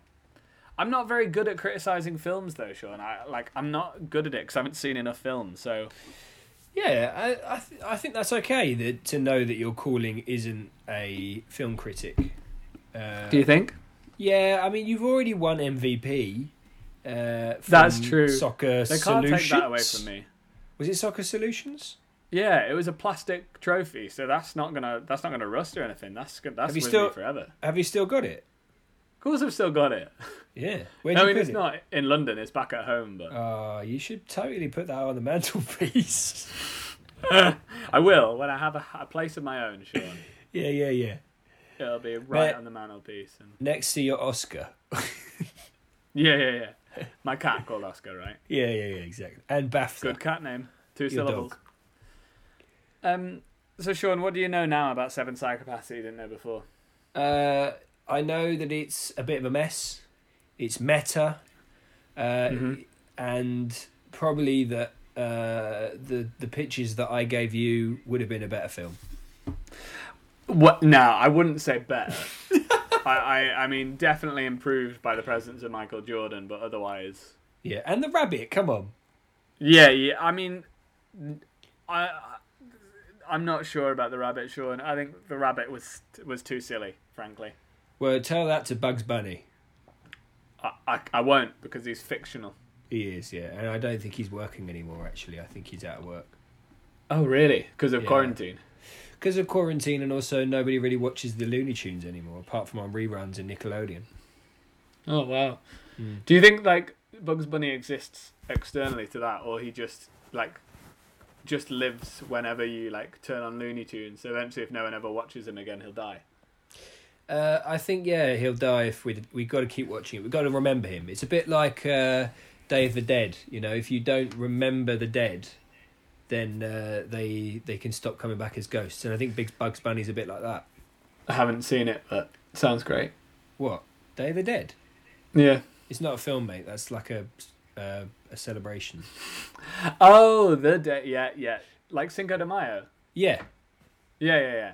I'm not very good at criticizing films though, Sean. I like I'm not good at it because I haven't seen enough films. So Yeah, I I, th- I think that's okay that to know that your calling isn't a film critic. Uh, think? Yeah, I mean you've already won MVP. Uh, from That's true. Soccer They can't Solutions. take that away from me. Was it Soccer Solutions? Yeah, it was a plastic trophy, so that's not gonna that's not gonna rust or anything. That's good. That's Have you with still- me forever. Have you still got it? Of course, I've still got it. Yeah. Where I did mean, you put it's it? not in London. It's back at home, but Oh, you should totally put that on the mantelpiece. Oh. I will when I have a, a place of my own, Sean. yeah, yeah, yeah. It'll be right Mate. on the mantelpiece. And... Next to your Oscar. Yeah, yeah, yeah. My cat called Oscar, right? Yeah, yeah, yeah, exactly. And BAFTA. Good cat name. Two Your syllables. dog. Um. So, Sean, what do you know now about Seven Psychopaths that you didn't know before? Uh, I know that it's a bit of a mess. It's meta, uh, Mhm. and probably that uh, the the pitches that I gave you would have been a better film. What? No, I wouldn't say better. I, I, I mean, definitely improved by the presence of Michael Jordan, but otherwise, Yeah, and the rabbit. Come on. yeah, yeah. I mean, I, I- I'm not sure about the rabbit, Sean. I think the rabbit was was too silly, frankly. Well, tell that to Bugs Bunny. I, I, I won't because he's fictional. He is, yeah, and I don't think he's working anymore. Actually, I think he's out of work Oh, really? Because of Yeah. quarantine. because of quarantine, and also nobody really watches the Looney Tunes anymore, apart from on reruns and Nickelodeon. Oh wow. Mm. Do you think like Bugs Bunny exists externally to that, or he just like just lives whenever you like turn on Looney Tunes? So eventually, if no one ever watches him again, he'll die. Uh, I think yeah, he'll die if we we got to keep watching it. We've got to remember him. It's a bit like uh, Day of the Dead. You know, if you don't remember the dead, then uh, they they can stop coming back as ghosts. And I think Big Bugs Bunny's a bit like that. I haven't seen it, but sounds great. What Day of the Dead? Yeah. It's not a film, mate. That's like a uh, a celebration. Oh, the day. Yeah, yeah. Like Cinco de Mayo. Yeah, Yeah, yeah, yeah.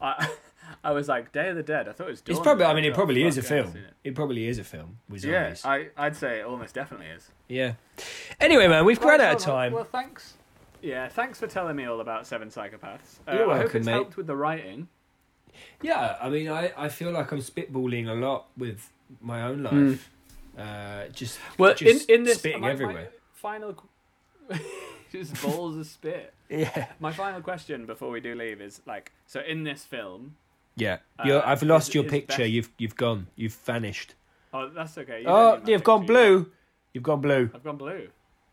I I was like Day of the Dead. I thought it was. Dawn it's of probably. the I mean, Dead, it but probably is a fuck, I haven't film. seen it. It probably is a film with Yeah, zombies. Yeah. I I'd say it almost definitely is. Anyway, man, we've run out of Sean, well- time. Well, thanks. Yeah, thanks for telling me all about Seven Psychopaths. Uh, You're I hope welcome, it's mate. helped with the writing. Yeah, I mean, I, I feel like I'm spitballing a lot with my own life. Uh, just Hmm. Well, just in, in this spitting my- my everywhere. final qu- just balls of spit. Yeah, My final question before we do leave is like, so in this film, yeah. Uh, You're, I've lost is- your is picture. Beth- You've you've gone. You've vanished. oh that's okay. you don't oh, need my you've gone picture. blue. You've gone blue. I've gone blue.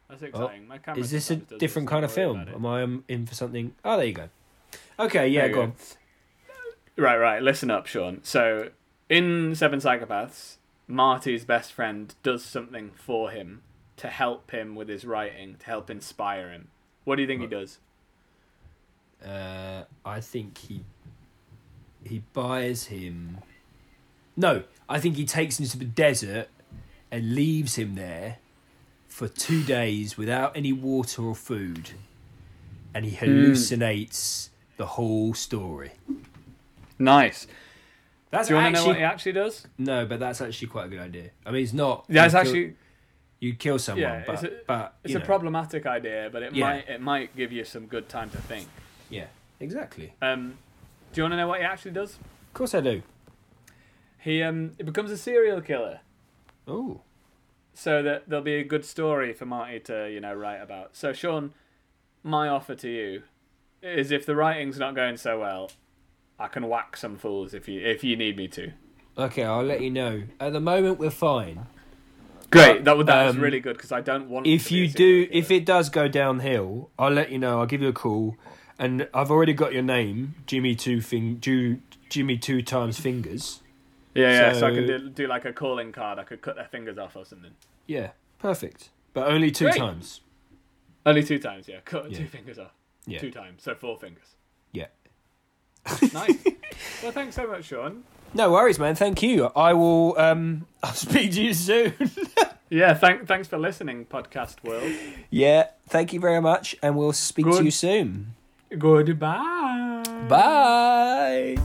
That's exciting. My camera Is this a sometimes does different don't kind of worry film? about it. Am I um, in for something? Oh, there you go. Okay, yeah, There you go go. on. Right, right. Listen up, Sean. So, in Seven Psychopaths, Marty's best friend does something for him to help him with his writing, to help inspire him. What do you think he does? Uh, I think he he buys him. No, I think he takes him to the desert and leaves him there for two days without any water or food, and Hmm. he hallucinates the whole story. Nice. That's Do you want to know actually what it actually does? no, but that's actually quite a good idea. I mean, it's not. Yeah, it's you'd kill- actually you'd kill someone, Yeah, but it's a- but it's you a know, problematic idea, but it Yeah. might it might give you some good time to think. Yeah, exactly. Um, do you want to know what he actually does? Of course I do. He um, he becomes a serial killer, Oh, so that there'll be a good story for Marty to you know write about. So Sean, my offer to you is if the writing's not going so well, I can whack some fools if you if you need me to. okay. I'll let you know. At the moment, we're fine. Great, that would that was Um, really good because I don't want. to If be a you serial do, killer. if it does go downhill, I'll let you know. I'll give you a call, and I've already got your name, Jimmy Two Fing, Ju- Jimmy Two Times Fingers. yeah yeah, so, I can so- do, do like a calling card. I could cut their fingers off or something. Yeah, perfect. But only two Great. times. Only two times, yeah. Cut Yeah. two fingers off. Yeah. Two times, so four fingers. Yeah. Nice. well, thanks so much, Sean. No worries, man. Thank you. I will. Um, I'll speak to you soon. Yeah, thank, thanks for listening, podcast world. yeah. Thank you very much, and we'll speak Good. to you soon. Goodbye. Bye.